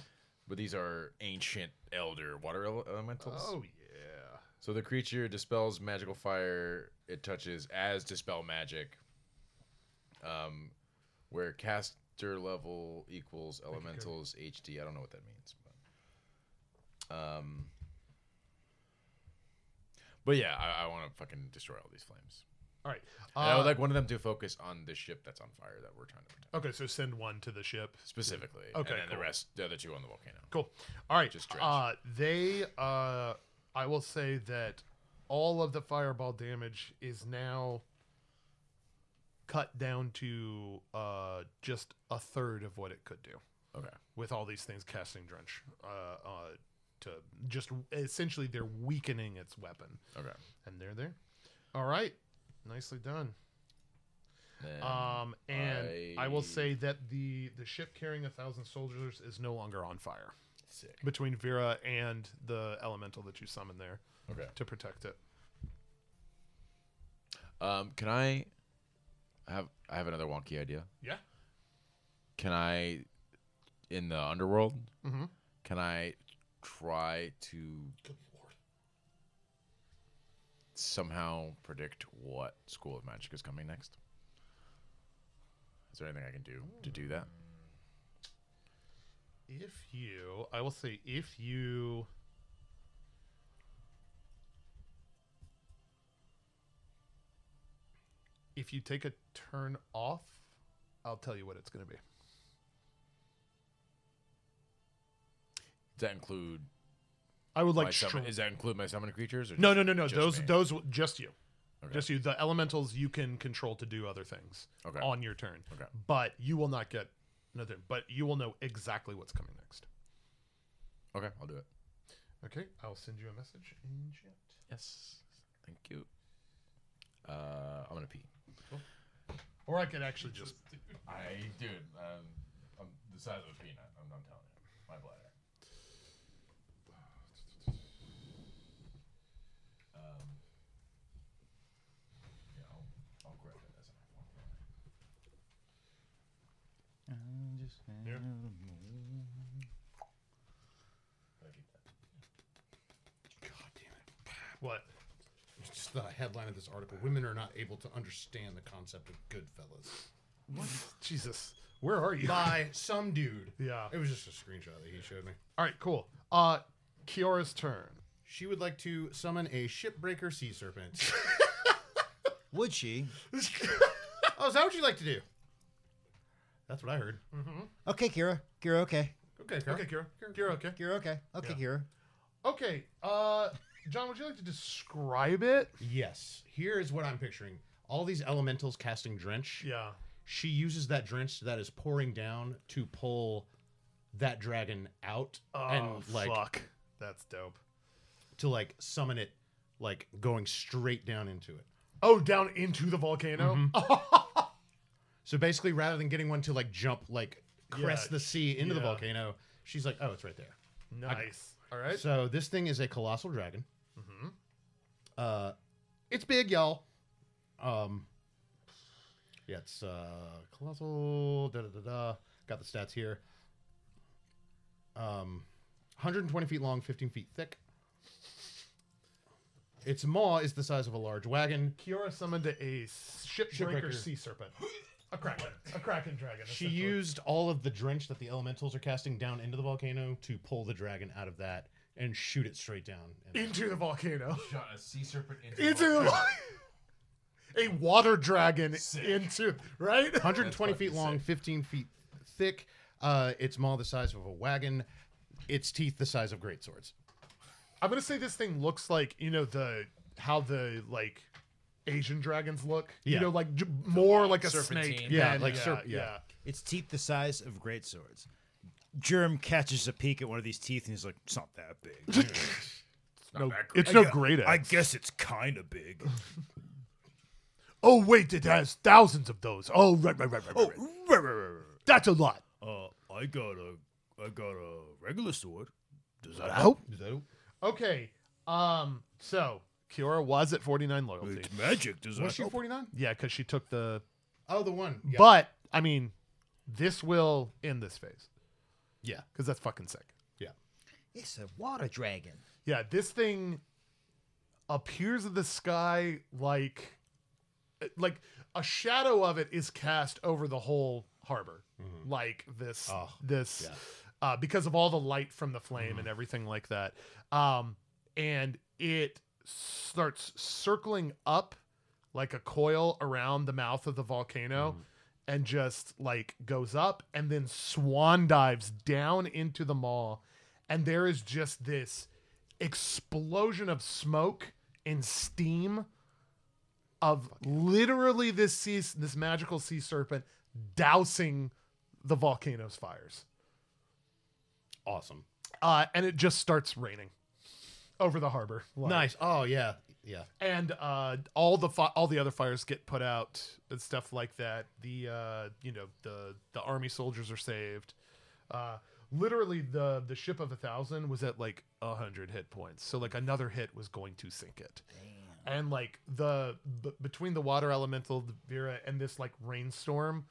Speaker 4: but these are ancient elder water ele- elementals.
Speaker 3: Oh, yeah.
Speaker 4: So the creature dispels magical fire it touches as dispel magic, um, where caster level equals elementals HD. I don't know what that means, but um, but yeah, I, I want to fucking destroy all these flames.
Speaker 3: All right.
Speaker 4: And I
Speaker 3: Uh,
Speaker 4: would like one of them to focus on the ship that's on fire that we're trying to protect
Speaker 3: okay, so send one to the ship.
Speaker 4: specifically.
Speaker 3: Okay,
Speaker 4: and then
Speaker 3: cool.
Speaker 4: the rest, the other two on the volcano.
Speaker 3: Cool. All right.
Speaker 4: Just dredge.
Speaker 3: uh, they, uh, I will say that all of the fireball damage is now cut down to uh, just a third of what it could do
Speaker 4: Okay,
Speaker 3: with all these things casting drench. Uh, uh, to just essentially, they're weakening its weapon,
Speaker 4: okay.
Speaker 3: and they're there. All right, nicely done.
Speaker 4: Then
Speaker 3: Um, and I... will
Speaker 4: I-
Speaker 3: say that the the ship carrying a thousand soldiers is no longer on fire
Speaker 4: sick.
Speaker 3: between Vera and the elemental that you summoned there
Speaker 4: Okay.
Speaker 3: to protect it.
Speaker 4: Um, can I I have? I have another wonky idea.
Speaker 3: Yeah.
Speaker 4: Can I, in the underworld,
Speaker 3: Mhm.
Speaker 4: can I try to somehow predict what school of magic is coming next? Is there anything I can do to do that?
Speaker 3: If you, I will say, if you. If you take a turn off, I'll tell you what it's going to be.
Speaker 4: Does that include
Speaker 3: I would
Speaker 4: my
Speaker 3: like
Speaker 4: summon,
Speaker 3: str-
Speaker 4: does that include my summon creatures? Or
Speaker 3: no,
Speaker 4: just-
Speaker 3: no, no, no.
Speaker 4: just
Speaker 3: Those,
Speaker 4: me?
Speaker 3: those, just you. Just you. The elementals you can control to do other things
Speaker 4: Okay.
Speaker 3: on your turn.
Speaker 4: Okay.
Speaker 3: But you will not get another. But you will know exactly what's coming next.
Speaker 4: Okay, I'll do it.
Speaker 3: Okay, I'll send you a message in chat.
Speaker 4: Yes. Thank you. Uh, I'm gonna pee.
Speaker 3: Or I could actually just.
Speaker 4: I dude, um, I'm the size of a peanut. I'm, I'm telling you, my bladder. Um, yeah, I'll, I'll grab it as I walk by.
Speaker 3: What?
Speaker 7: It's just the headline of this article: Women are not able to understand the concept of Goodfellas
Speaker 3: Jesus, where are you?
Speaker 7: by some dude.
Speaker 3: Yeah.
Speaker 7: It was just a screenshot that he showed me.
Speaker 3: All right, cool. Uh, Kiora's turn.
Speaker 7: She would like to summon a shipbreaker sea serpent.
Speaker 6: Would she?
Speaker 7: oh, is that what you like to do? That's what I heard.
Speaker 6: Okay, Kira. Kira, okay.
Speaker 7: Okay, Carl.
Speaker 3: Kiora. Kiora, okay.
Speaker 6: Kira, okay. Okay, Kira.
Speaker 3: Okay. Uh, John, would you like to describe it?
Speaker 7: Yes. Here is what I'm picturing: all these elementals casting drench.
Speaker 3: Yeah.
Speaker 7: She uses that drench that is pouring down to pull that dragon out
Speaker 3: Oh,
Speaker 7: and like
Speaker 3: fuck. That's dope.
Speaker 7: to like summon it, like going straight down into it.
Speaker 3: Oh, down into the volcano.
Speaker 7: Mm-hmm.
Speaker 3: Oh,
Speaker 7: So basically, rather than getting one to like jump, like crest
Speaker 3: Yeah.
Speaker 7: the sea into the
Speaker 3: Yeah.
Speaker 7: volcano, she's like, "Oh, it's right there."
Speaker 3: Nice. All right. Mm-hmm.
Speaker 7: So this thing is a colossal dragon. Uh, it's big, y'all. Um, yeah, it's uh, colossal. Da da da da. Got the stats here. Um, 120 feet long, 15 feet thick. Its maw is the size of a large wagon.
Speaker 3: Kiora summoned a shipbreaker,
Speaker 7: Shipbreaker.
Speaker 3: sea serpent. A kraken. a kraken dragon.
Speaker 7: She
Speaker 3: essentially.
Speaker 7: used all of the drench that the elementals are casting down into the volcano to pull the dragon out of that and shoot it straight down. And
Speaker 3: into the volcano.
Speaker 4: Shot a sea serpent into,
Speaker 3: Into the vol- a water dragon into right.
Speaker 7: 120 feet long, 15 feet thick. Uh, its maw the size of a wagon. Its teeth the size of great swords.
Speaker 3: I'm gonna say this thing looks like you know the how the like Asian dragons look. You
Speaker 7: Yeah.
Speaker 3: know, like j- more like a snake.
Speaker 4: Serpentine.
Speaker 7: Yeah,
Speaker 3: than-
Speaker 7: like serp- yeah.
Speaker 6: It's teeth the size of great swords. Germ catches a peek at one of these teeth and he's like, "It's not that big.
Speaker 3: No,
Speaker 4: that great.
Speaker 3: it's no great.
Speaker 6: I
Speaker 3: axe.
Speaker 6: guess it's kind of big."
Speaker 3: Oh wait, it has thousands of those. Oh right, right, right, right. Oh, that's a lot.
Speaker 6: Uh, I got a, I got a regular sword. Does that
Speaker 3: Nope. Oh. Okay. Um. So Kiora was at 49 loyalty.
Speaker 6: It's magic. Does
Speaker 7: Was she 49?
Speaker 3: Yeah, because she took the.
Speaker 7: Oh, the one. Yeah.
Speaker 3: But I mean, this will end this phase
Speaker 7: yeah.
Speaker 3: because that's fucking sick.
Speaker 7: Yeah.
Speaker 6: It's a water dragon.
Speaker 3: Yeah, this thing appears in the sky like, like a shadow of it is cast over the whole harbor, like this,
Speaker 7: Mm-hmm. Oh,
Speaker 3: this,
Speaker 7: yeah. Mm-hmm.
Speaker 3: uh, because of all the light from the flame and everything like that. Um, and it starts circling up like a coil around the mouth of the volcano.
Speaker 7: Mm-hmm.
Speaker 3: And just like goes up and then swan dives down into the mall and there is just this explosion of smoke and steam of literally this sea, this magical sea serpent dousing the volcano's fires.
Speaker 7: Awesome.
Speaker 3: Uh, and it just starts raining over the harbor. Like-
Speaker 7: Nice. Oh, yeah. Yeah.
Speaker 3: And uh, all the fi- all the other fires get put out and stuff like that. The uh, you know the the army soldiers are saved. Uh, literally, the the ship of a thousand was at like a hundred hit points, so like another hit was going to sink it. And like the b- between the water elemental the Vera and this like rainstorm,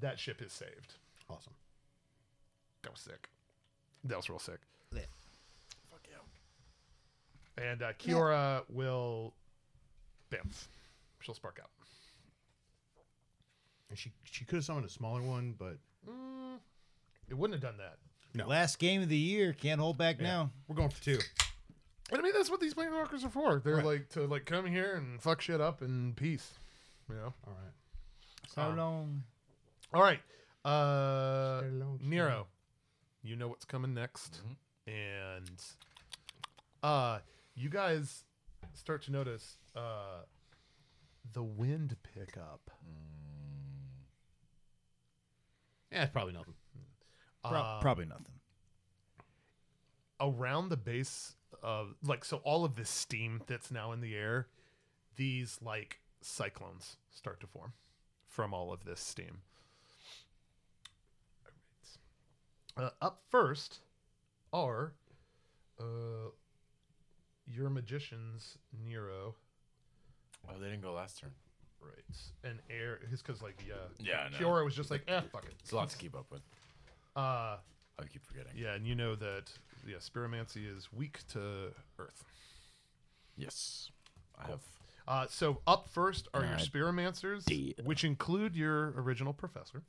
Speaker 3: that ship is saved.
Speaker 7: Awesome.
Speaker 3: That was sick. That was real sick. Fuck yeah. And uh, Kiora will, bam, she'll spark out.
Speaker 7: And she she could have summoned a smaller one, but
Speaker 3: It wouldn't have done that.
Speaker 7: No.
Speaker 6: Last game of the year. Can't hold back now.
Speaker 7: we're going for two.
Speaker 3: And I mean, that's what these planeswalkers are for. They're like to like come here and fuck shit up in peace. You know.
Speaker 7: All right.
Speaker 6: So long.
Speaker 3: All right. Uh,
Speaker 7: Stay alone, stay
Speaker 3: Nero, you know what's coming next, and uh, you guys start to notice uh, the wind pick up?
Speaker 7: Yeah, it's probably nothing.
Speaker 6: Pro- probably nothing.
Speaker 3: around the base of like so all of this steam that's now in the air these like cyclones start to form from all of this steam uh, up first are uh, your magicians nero
Speaker 4: Oh, they didn't go last turn.
Speaker 3: right and air his because like yeah
Speaker 4: Yeah, I know.
Speaker 3: Kiora was just like eh fuck
Speaker 4: It's
Speaker 3: it
Speaker 4: a lot to keep up with.
Speaker 3: uh
Speaker 4: I keep forgetting.
Speaker 3: yeah and you know that yeah spiromancy is weak to earth
Speaker 4: Yes, I have.
Speaker 3: Uh, so up first are your spiromancers, which include your original professor.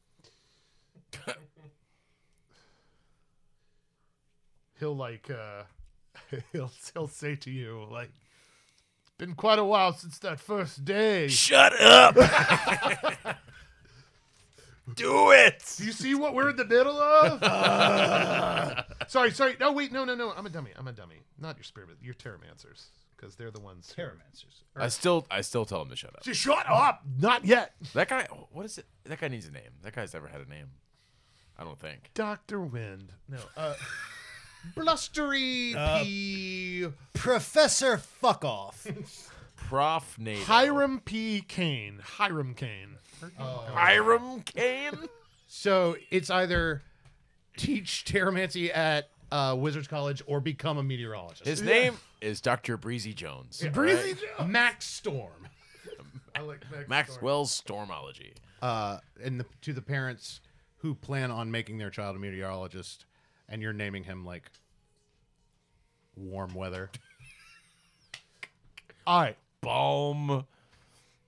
Speaker 3: he'll like uh, he'll he'll say to you like, "It's been quite a while since that first day.
Speaker 4: Shut up! Do it!
Speaker 3: Do you see what we're in the middle of?" sorry, sorry. No, wait, no, no, no. I'm a dummy. I'm a dummy. Not your spirit, your terramancers, because they're the ones. who-
Speaker 6: Paramancers.
Speaker 4: I still, I still tell him to shut up.
Speaker 3: Just shut up. Not yet,
Speaker 4: That guy, what is it? That guy needs a name. That guy's never had a name. I don't think.
Speaker 3: Doctor Wind. No. Uh,
Speaker 7: Blustery pea.
Speaker 6: Professor Fuck Off.
Speaker 4: Prof Nate.
Speaker 3: Hiram P. Kane. Hiram Kane.
Speaker 4: Hiram Kane.
Speaker 7: So it's either teach terramancy at uh, Wizards College or become a meteorologist.
Speaker 4: His name is Dr. Breezy Jones.
Speaker 7: Breezy Max Storm.
Speaker 3: I like Max
Speaker 4: Maxwell's Stormology.
Speaker 7: Uh, and the, to the parents who plan on making their child a meteorologist, and you're naming him like warm weather.
Speaker 3: All right.
Speaker 4: Balm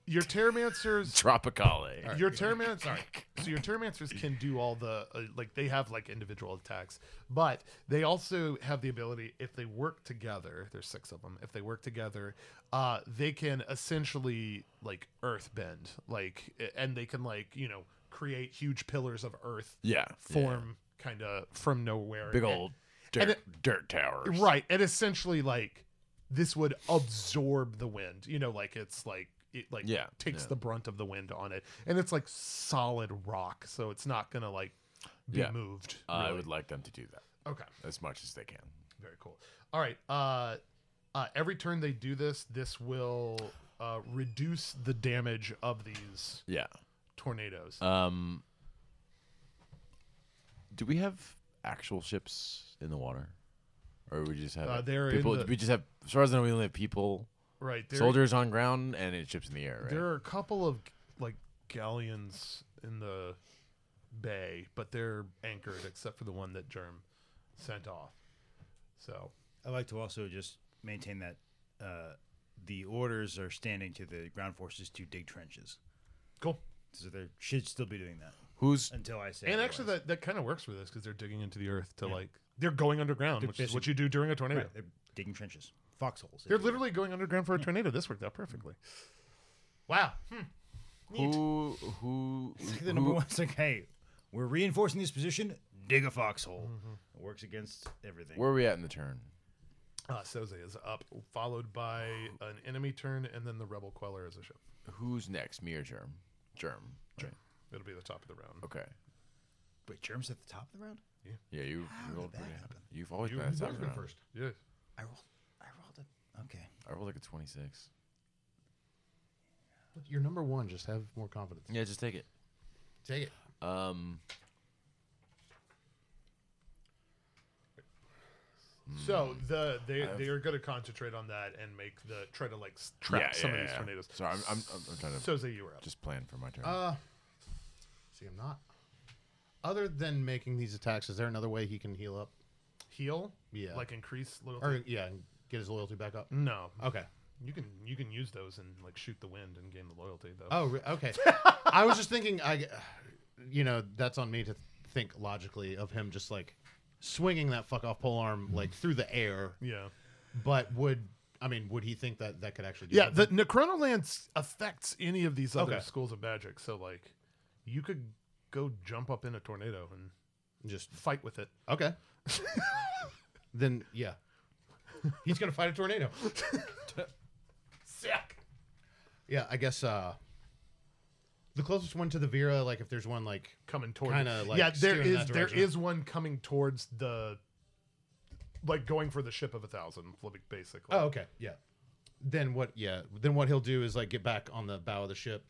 Speaker 3: Your Terramancers.
Speaker 4: Tropicale.
Speaker 3: Your Terramancers. So your Terramancers can do all the uh, like they have like individual attacks, but they also have the ability if they work together. There's six of them. If they work together, uh, they can essentially like earth bend, like a- and they can like you know create huge pillars of earth
Speaker 4: Yeah.
Speaker 3: form kind of from nowhere.
Speaker 4: yeah. Big
Speaker 3: And-
Speaker 4: old dirt,
Speaker 3: it-
Speaker 4: dirt towers.
Speaker 3: Right. And essentially like this would absorb the wind. You know, like it's like it like
Speaker 4: Yeah,
Speaker 3: takes
Speaker 4: yeah.
Speaker 3: the brunt of the wind on it. And it's like solid rock, so it's not gonna like be
Speaker 4: Yeah. Uh,
Speaker 3: moved.
Speaker 4: I
Speaker 3: really.
Speaker 4: would like them to do that
Speaker 3: Okay.
Speaker 4: as much as they can.
Speaker 3: Very cool. All right. Uh uh every turn they do this, this will uh reduce the damage of these
Speaker 4: Yeah.
Speaker 3: tornadoes.
Speaker 4: Um. Do we have actual ships in the water, or we just have
Speaker 3: Uh, they're in
Speaker 4: people?
Speaker 3: the-
Speaker 4: We just have, as far as I know, we only have people,
Speaker 3: right. There,
Speaker 4: soldiers on ground, and it ships in the air. Right?
Speaker 3: there are a couple of like galleons in the bay, but they're anchored except for the one that Germ sent off. So
Speaker 6: I like to also just maintain that uh, the orders are standing to the ground forces to dig trenches.
Speaker 3: cool.
Speaker 6: So they should still be doing that
Speaker 4: Who's
Speaker 6: until I say.
Speaker 3: And actually,
Speaker 6: otherwise.
Speaker 3: that, that kind of works for this because they're digging into the earth to like they're going underground, which is what you do during a tornado.
Speaker 6: Right, they're digging trenches, foxholes. if
Speaker 3: They're
Speaker 6: you will.
Speaker 3: literally going underground for a tornado. This worked out perfectly. Wow. Hmm.
Speaker 4: who who
Speaker 6: the number one's like, hey, we're reinforcing this position. Dig a foxhole. It works against everything.
Speaker 4: Where are we at in the turn?
Speaker 3: Uh, Soze is up, followed by an enemy turn, and then the rebel queller is a ship.
Speaker 4: Who's next? Me or Germ? Germ. Germ.
Speaker 3: It'll be the top of the round.
Speaker 4: Okay.
Speaker 6: Wait, germs at the top of the round?
Speaker 4: Yeah, you. you rolled
Speaker 6: that
Speaker 4: pretty-
Speaker 6: happen?
Speaker 4: You've always been at the top round.
Speaker 3: Yeah.
Speaker 6: I rolled. I rolled it. Okay.
Speaker 4: I rolled like a twenty-six.
Speaker 7: You're number one. Just have more confidence.
Speaker 4: Yeah, just take it.
Speaker 7: Take it.
Speaker 4: Um.
Speaker 3: So the they they are going to concentrate on that and make the try to like s- trap
Speaker 4: yeah,
Speaker 3: some
Speaker 4: yeah,
Speaker 3: of these
Speaker 4: yeah.
Speaker 3: tornadoes.
Speaker 4: So I'm, I'm, I'm, I'm trying to
Speaker 3: So Zay, you were up.
Speaker 4: just plan for my turn.
Speaker 7: Uh, see, I'm not. Other than making these attacks, is there another way he can heal up?
Speaker 3: Heal,
Speaker 7: Yeah.
Speaker 3: like increase loyalty.
Speaker 7: Or yeah, and get his loyalty back up.
Speaker 3: no,
Speaker 7: Okay.
Speaker 3: you can you can use those and like shoot the wind and gain the loyalty though.
Speaker 7: Oh, re- okay. I was just thinking, I, you know, that's on me to think logically of him just like swinging that fuck off pole
Speaker 3: Mm-hmm.
Speaker 7: arm like through the air.
Speaker 3: yeah,
Speaker 7: But would I mean, would he think that that could actually? Do
Speaker 3: yeah. The
Speaker 7: something?
Speaker 3: Necronolance affects any of these other
Speaker 7: Okay.
Speaker 3: schools of magic. So like, you could go jump up in a tornado and
Speaker 7: just
Speaker 3: fight with it.
Speaker 7: okay. then yeah, he's gonna fight a tornado.
Speaker 3: Sick.
Speaker 7: Yeah, I guess uh the closest one to the Vera, like if there's one like
Speaker 3: coming towards.
Speaker 7: Kinda, like,
Speaker 3: yeah, there
Speaker 7: steering in
Speaker 3: is
Speaker 7: that
Speaker 3: there
Speaker 7: direction.
Speaker 3: is one coming towards the, like going for the ship of a thousand, flipping basically.
Speaker 7: Oh, okay. Yeah. Then what yeah, then what he'll do is like get back on the bow of the ship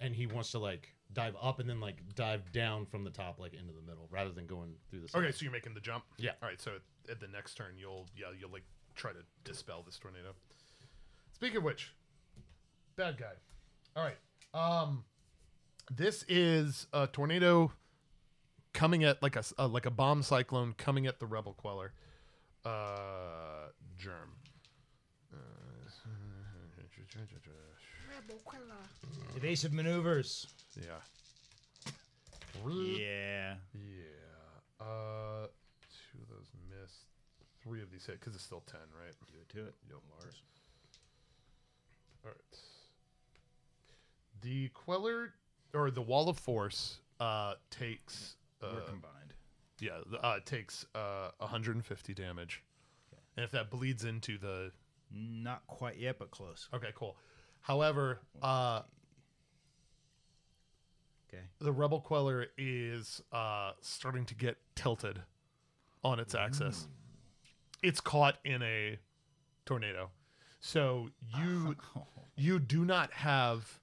Speaker 7: and he wants to like dive up and then like dive down from the top like into the middle rather than going through the center.
Speaker 3: Okay, so you're making the jump.
Speaker 7: Yeah.
Speaker 3: All right. So at the next turn, you'll yeah you'll like try to dispel this tornado. Speaking of which, bad guy. All right. Um, this is a tornado coming at like a s- uh, like a bomb cyclone coming at the rebel queller. Uh, germ.
Speaker 6: Evasive maneuvers.
Speaker 3: Yeah.
Speaker 6: Yeah.
Speaker 3: Yeah. Uh, two of those missed. Three of these hit because it's still ten, right? Do it to it. You don't Lars. All right. The Queller or the Wall of Force uh, takes uh,
Speaker 6: We're combined.
Speaker 3: yeah the- uh, takes uh, 150 damage, and if that bleeds into the
Speaker 6: Not quite yet, but close.
Speaker 3: okay, cool. However, uh,
Speaker 6: Okay.
Speaker 3: the Rebel Queller is uh, starting to get tilted on its axis. It's caught in a tornado, so
Speaker 6: Ah,
Speaker 3: you
Speaker 6: Oh,
Speaker 3: you do not have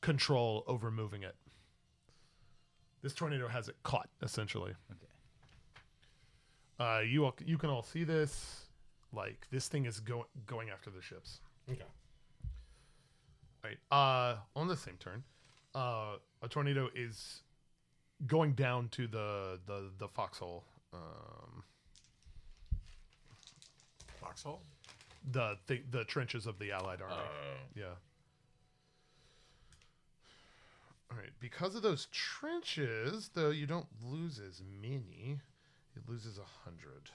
Speaker 3: control over moving it. This tornado has it caught essentially. Okay. Uh, you all, you can all see this. Like this thing is going going after the ships.
Speaker 7: Okay.
Speaker 3: Right. Uh, on the same turn, uh, a tornado is going down to the the the foxhole. Um,
Speaker 4: Foxhole.
Speaker 3: the the, the trenches of the Allied army. yeah. All right. Because of those trenches, though, you don't lose as many. It loses a hundred.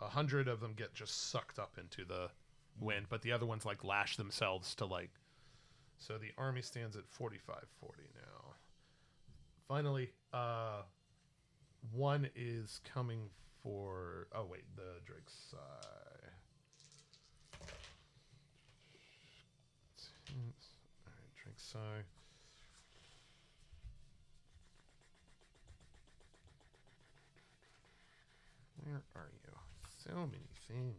Speaker 3: A hundred of them get just sucked up into the wind, but the other ones like lash themselves to like. So the army stands at 45 40 now. Finally, uh, one is coming for. Oh, wait, the Drake's side. Alright, drink so. Where are you? So many things.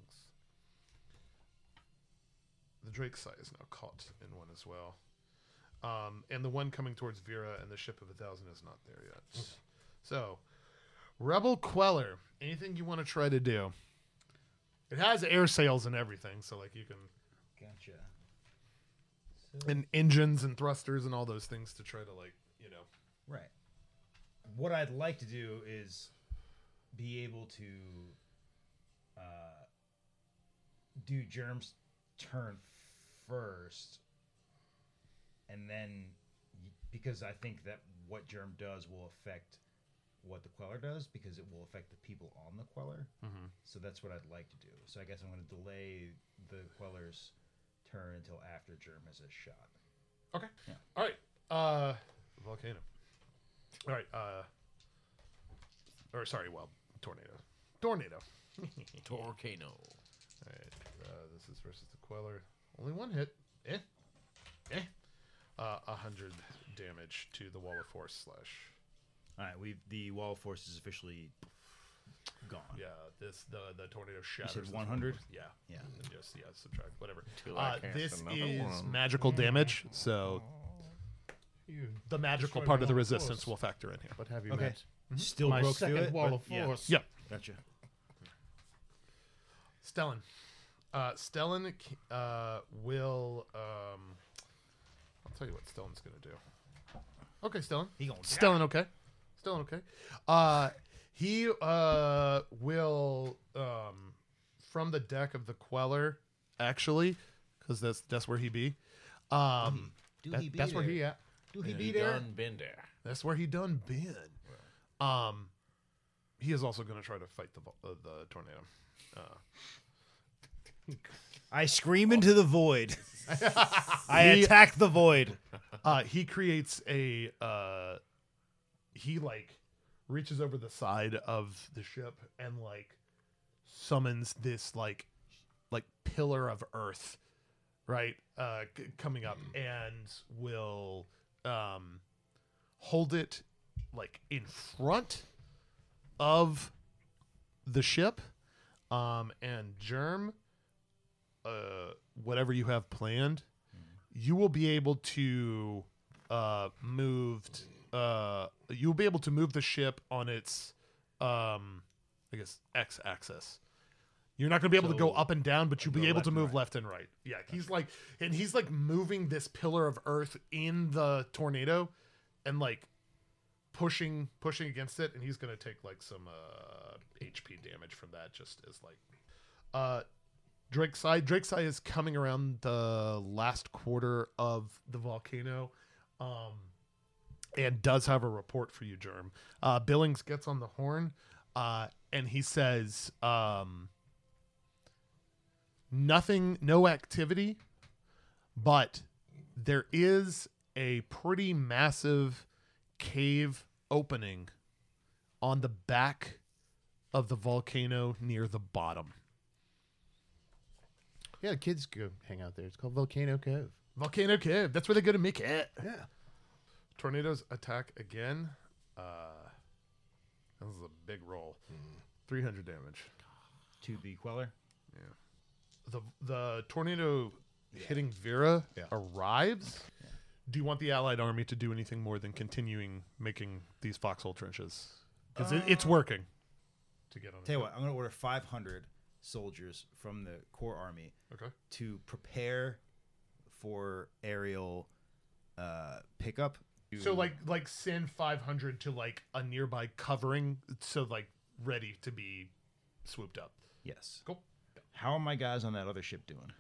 Speaker 3: The Drake site is now caught in one as well. Um, and the one coming towards Vera and the ship of a thousand is not there yet. So, Rebel Queller, anything you want to try to do? It has air sails and everything, so like you can
Speaker 6: Gotcha.
Speaker 3: and engines and thrusters and all those things to try to like you know
Speaker 6: Right. What I'd like to do is be able to uh, do Germ's turn first, and then because I think that what Germ does will affect what the Queller does because it will affect the people on the Queller. So that's what I'd like to do. So I guess I'm going to delay the Queller's turn until after Germ has a shot.
Speaker 3: okay all right uh volcano all right uh or sorry well tornado tornado
Speaker 4: Torcano.
Speaker 3: all right uh, this is versus the queller only one hit eh eh uh, 100 damage to the wall of force slash
Speaker 6: All right, we've the wall of force is officially gone.
Speaker 3: yeah this the the tornado shatters
Speaker 6: said
Speaker 3: this
Speaker 6: 100?
Speaker 3: one. yeah
Speaker 6: Yeah.
Speaker 3: And just yeah subtract whatever
Speaker 4: I
Speaker 3: uh,
Speaker 4: cast
Speaker 3: this
Speaker 4: another
Speaker 3: is
Speaker 4: one.
Speaker 3: magical damage so the magical part of the
Speaker 7: wall of
Speaker 3: resistance
Speaker 7: force.
Speaker 3: will factor in here
Speaker 7: What have you
Speaker 6: Okay.
Speaker 7: met?
Speaker 6: Still
Speaker 7: My
Speaker 6: broke through
Speaker 7: second
Speaker 6: it.
Speaker 7: wall
Speaker 6: but-
Speaker 7: of
Speaker 6: yeah.
Speaker 7: force.
Speaker 3: yeah
Speaker 6: Gotcha.
Speaker 3: Stellan. Uh, Stellan c- uh, will. Um, I'll tell you what Stellan's going to do. Okay, Stellan.
Speaker 6: He gonna die.
Speaker 3: Stellan, okay. Stellan, okay. Uh, he uh, will, um, from the deck of the Queller, actually, because that's, that's where he be. Um,
Speaker 6: Mm-hmm. Do
Speaker 3: that-
Speaker 6: he be
Speaker 3: that's where
Speaker 6: there?
Speaker 3: he at.
Speaker 6: Do he be
Speaker 4: Be
Speaker 6: there?
Speaker 4: done been there.
Speaker 3: That's where he done been. Um, he is also going to try to fight the vol- uh, the tornado.
Speaker 6: I scream into the void. I
Speaker 3: He-
Speaker 6: attack the void.
Speaker 3: uh, he creates a uh, he like reaches over the side of the ship and like summons this like like pillar of earth right uh, c- coming up and will um, hold it like in front of the ship um, and germ uh, whatever you have planned you will be able to uh, moved uh, you'll be able to move the ship on its um, I guess X axis. You're not going to be able to go
Speaker 6: So,
Speaker 3: up and down, but you'll
Speaker 6: go
Speaker 3: be able
Speaker 6: left
Speaker 3: to
Speaker 6: and
Speaker 3: move
Speaker 6: right.
Speaker 3: left and right. Yeah, he's like, and he's like moving this pillar of earth in the tornado, and like pushing pushing against it, and he's going to take like some uh, HP damage from that. Just as like, uh, Drake's side. Drake's side is coming around the last quarter of the volcano, um, and does have a report for you, Germ. Uh, Billings gets on the horn, uh, and he says, um, "Nothing, no activity, but there is a pretty massive cave opening on the back of the volcano near the bottom."
Speaker 7: Yeah, kids go hang out there. It's called Volcano Cove.
Speaker 3: Volcano Cave. That's where they go to make it.
Speaker 7: Yeah.
Speaker 3: Tornadoes attack again. Uh, this is a big roll. 300 damage.
Speaker 6: to the queller.
Speaker 3: The the tornado hitting Vera arrives. Do you want the Allied army to do anything more than continuing making these foxhole trenches? Because it, it's working. To get on.
Speaker 6: Tell you what, I'm going to order 500 soldiers from the core army
Speaker 3: Okay.
Speaker 6: to prepare for aerial uh, pickup.
Speaker 3: So like like send 500 to like a nearby covering, so like ready to be swooped up.
Speaker 6: Yes.
Speaker 3: Cool.
Speaker 6: How are my guys on that other ship doing?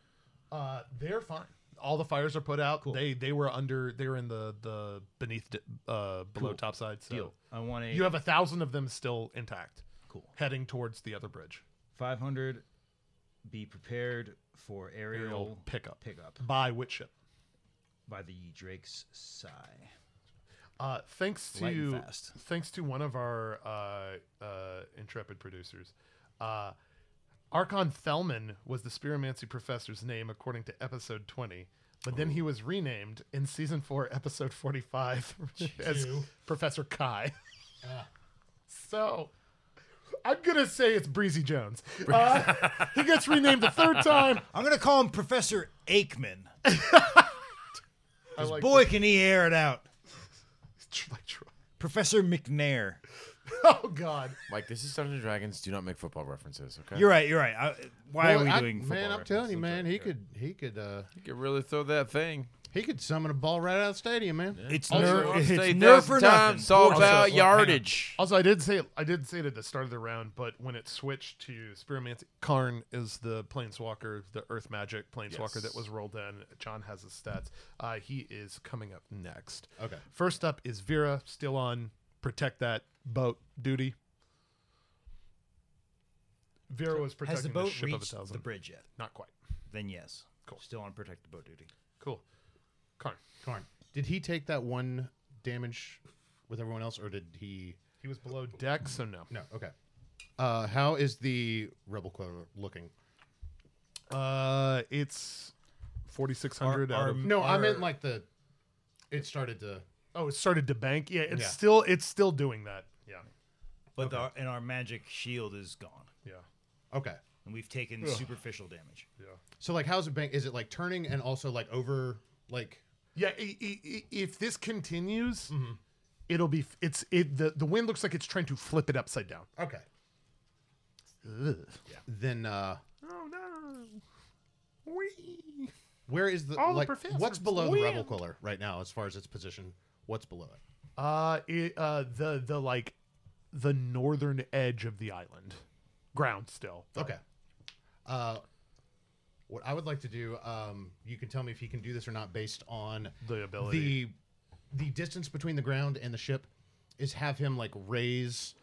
Speaker 3: Uh, they're fine. All the fires are put out. They they were under. They were in the the beneath uh below topside. So
Speaker 6: Deal. I want a
Speaker 3: you have a thousand of them still intact,
Speaker 6: cool
Speaker 3: heading towards the other bridge
Speaker 6: 500. Be prepared for aerial,
Speaker 3: Aerial pickup.
Speaker 6: pickup
Speaker 3: by which ship.
Speaker 6: by the Drake's Sigh.
Speaker 3: Uh, thanks
Speaker 6: Light and
Speaker 3: to
Speaker 6: fast.
Speaker 3: thanks to one of our uh, uh, intrepid producers, uh, Archon Thelman was the Spiromancy professor's name according to episode twenty, but
Speaker 6: Oh.
Speaker 3: then he was renamed in season four, episode forty-five, as Professor Kai. So. I'm gonna say it's Breezy Jones. Uh, he gets renamed the third time.
Speaker 6: I'm going to call him Professor Aikman.
Speaker 3: I like
Speaker 6: Boy, can he air it out.
Speaker 3: that. Like Troy.
Speaker 6: Professor McNair.
Speaker 3: Oh God!
Speaker 4: Mike, this is Dungeons and Dragons. Do not make football references, okay?
Speaker 6: You're right. You're right. I, why
Speaker 7: Well,
Speaker 6: are we
Speaker 7: I-
Speaker 6: doing football?
Speaker 7: Man, I'm
Speaker 6: references?
Speaker 7: telling you, man, he could he could uh
Speaker 4: You could really throw that thing.
Speaker 7: he could summon a ball right out of the stadium, man.
Speaker 6: It's
Speaker 4: Sure,
Speaker 6: nerve.
Speaker 4: I'll say
Speaker 6: Oh, It's
Speaker 4: a
Speaker 6: nerve
Speaker 4: thousand
Speaker 6: for
Speaker 4: times,
Speaker 6: nothing.
Speaker 4: It's all
Speaker 3: well,
Speaker 4: about
Speaker 3: hang on.
Speaker 4: yardage.
Speaker 3: Also, I did say I did say it at the start of the round, but when it switched to Spiromancy, Karn is the planeswalker, the Earth Magic planeswalker
Speaker 4: Yes.
Speaker 3: that was rolled in. John has his stats. Uh, he is coming up next.
Speaker 7: Okay.
Speaker 3: First up is Vera, still on protect that boat duty. Vera was protecting
Speaker 6: Has the boat
Speaker 3: ship of a
Speaker 6: reached
Speaker 3: thousand.
Speaker 6: the bridge yet?
Speaker 3: Not quite.
Speaker 6: Then yes.
Speaker 3: Cool.
Speaker 6: Still on protected boat duty.
Speaker 3: Cool. Karn.
Speaker 7: Karn. Did he take that one damage with everyone else or did he
Speaker 3: He was below deck, so no.
Speaker 7: No, okay. Uh how is the rebel queller looking?
Speaker 3: Uh, it's forty six hundred
Speaker 6: Our-
Speaker 3: out
Speaker 6: our
Speaker 3: of
Speaker 7: No, I
Speaker 6: Or-
Speaker 7: meant like the it started to
Speaker 3: Oh, it started to bank. Yeah, it's
Speaker 7: Yeah.
Speaker 3: still it's still doing that. Yeah,
Speaker 6: But the, and our magic shield is gone,
Speaker 3: yeah,
Speaker 7: Okay.
Speaker 6: and we've taken superficial damage.
Speaker 3: yeah.
Speaker 7: So like how's it bank is it like turning and also like over like
Speaker 3: Yeah. i- i- i- if this continues,
Speaker 7: Mm-hmm.
Speaker 3: it'll be f- it's it the the wind looks like it's trying to flip it upside down.
Speaker 7: Okay. Then uh
Speaker 3: Oh no. Whee.
Speaker 7: where is the
Speaker 3: All the
Speaker 7: like what's
Speaker 3: professors
Speaker 7: below the rebel
Speaker 3: win.
Speaker 7: queller right now as far as its position? What's below it?
Speaker 3: Uh, it, uh, the the like the northern edge of the island, ground still. but-
Speaker 7: Okay. Uh, what I would like to do, um, you can tell me if he can do this or not based on
Speaker 3: The ability.
Speaker 7: The, the distance between the ground and the ship is have him like raise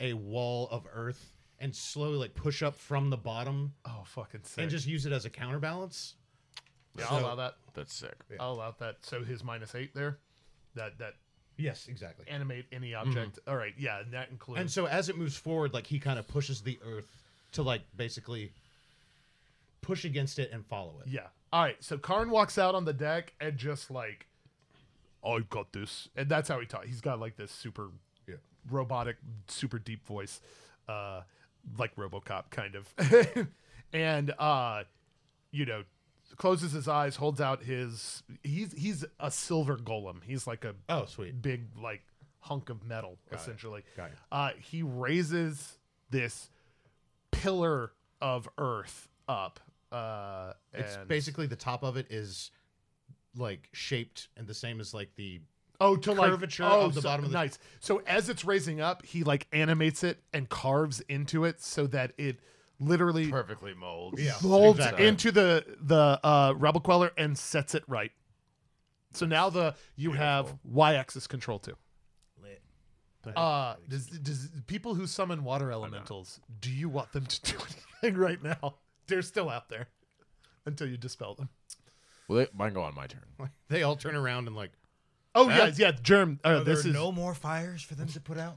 Speaker 7: a wall of earth and slowly like push up from the bottom
Speaker 3: Oh fucking sick.
Speaker 7: and just use it as a counterbalance.
Speaker 3: yeah, I'll allow that.
Speaker 4: Oh, That's sick.
Speaker 3: I'll allow that. So his minus eight there, that that
Speaker 7: Yes, exactly. And,
Speaker 3: animate any object.
Speaker 7: Mm-hmm.
Speaker 3: All right, yeah, and that includes.
Speaker 7: so as it moves forward, like he kind of pushes the earth to like basically push against it and follow it.
Speaker 3: Yeah, All right, so Karn walks out on the deck and just like, I've got this, and that's how he talks. He's got like this super
Speaker 7: Yeah.
Speaker 3: robotic, super deep voice, uh, like RoboCop kind of, and uh, you know, closes his eyes, holds out his. He's he's a silver golem. He's like a
Speaker 7: Oh, sweet.
Speaker 3: big like hunk of metal essentially.
Speaker 7: Got it.
Speaker 3: Uh, he raises this pillar of earth up. Uh,
Speaker 7: It's
Speaker 3: and-
Speaker 7: basically the top of it is like shaped and the same as like the
Speaker 3: oh to like
Speaker 7: curvature
Speaker 3: oh,
Speaker 7: of the
Speaker 3: so-
Speaker 7: bottom of the-
Speaker 3: nice. So as it's raising up, he like animates it and carves into it so that it literally
Speaker 4: Perfectly molds.
Speaker 3: molds
Speaker 7: exactly.
Speaker 3: into the the uh, rebel queller and sets it right. So now the you have y-axis control too.
Speaker 6: Lit.
Speaker 3: Uh, does, does people who summon water elementals, do you want them to do anything right now? They're still out there until you dispel them.
Speaker 4: Well, they, mine go on my turn.
Speaker 7: they all turn around and like
Speaker 3: Oh yes, yeah, germ. Uh,
Speaker 6: Are
Speaker 3: this
Speaker 6: there
Speaker 3: is
Speaker 6: no more fires for them to put out?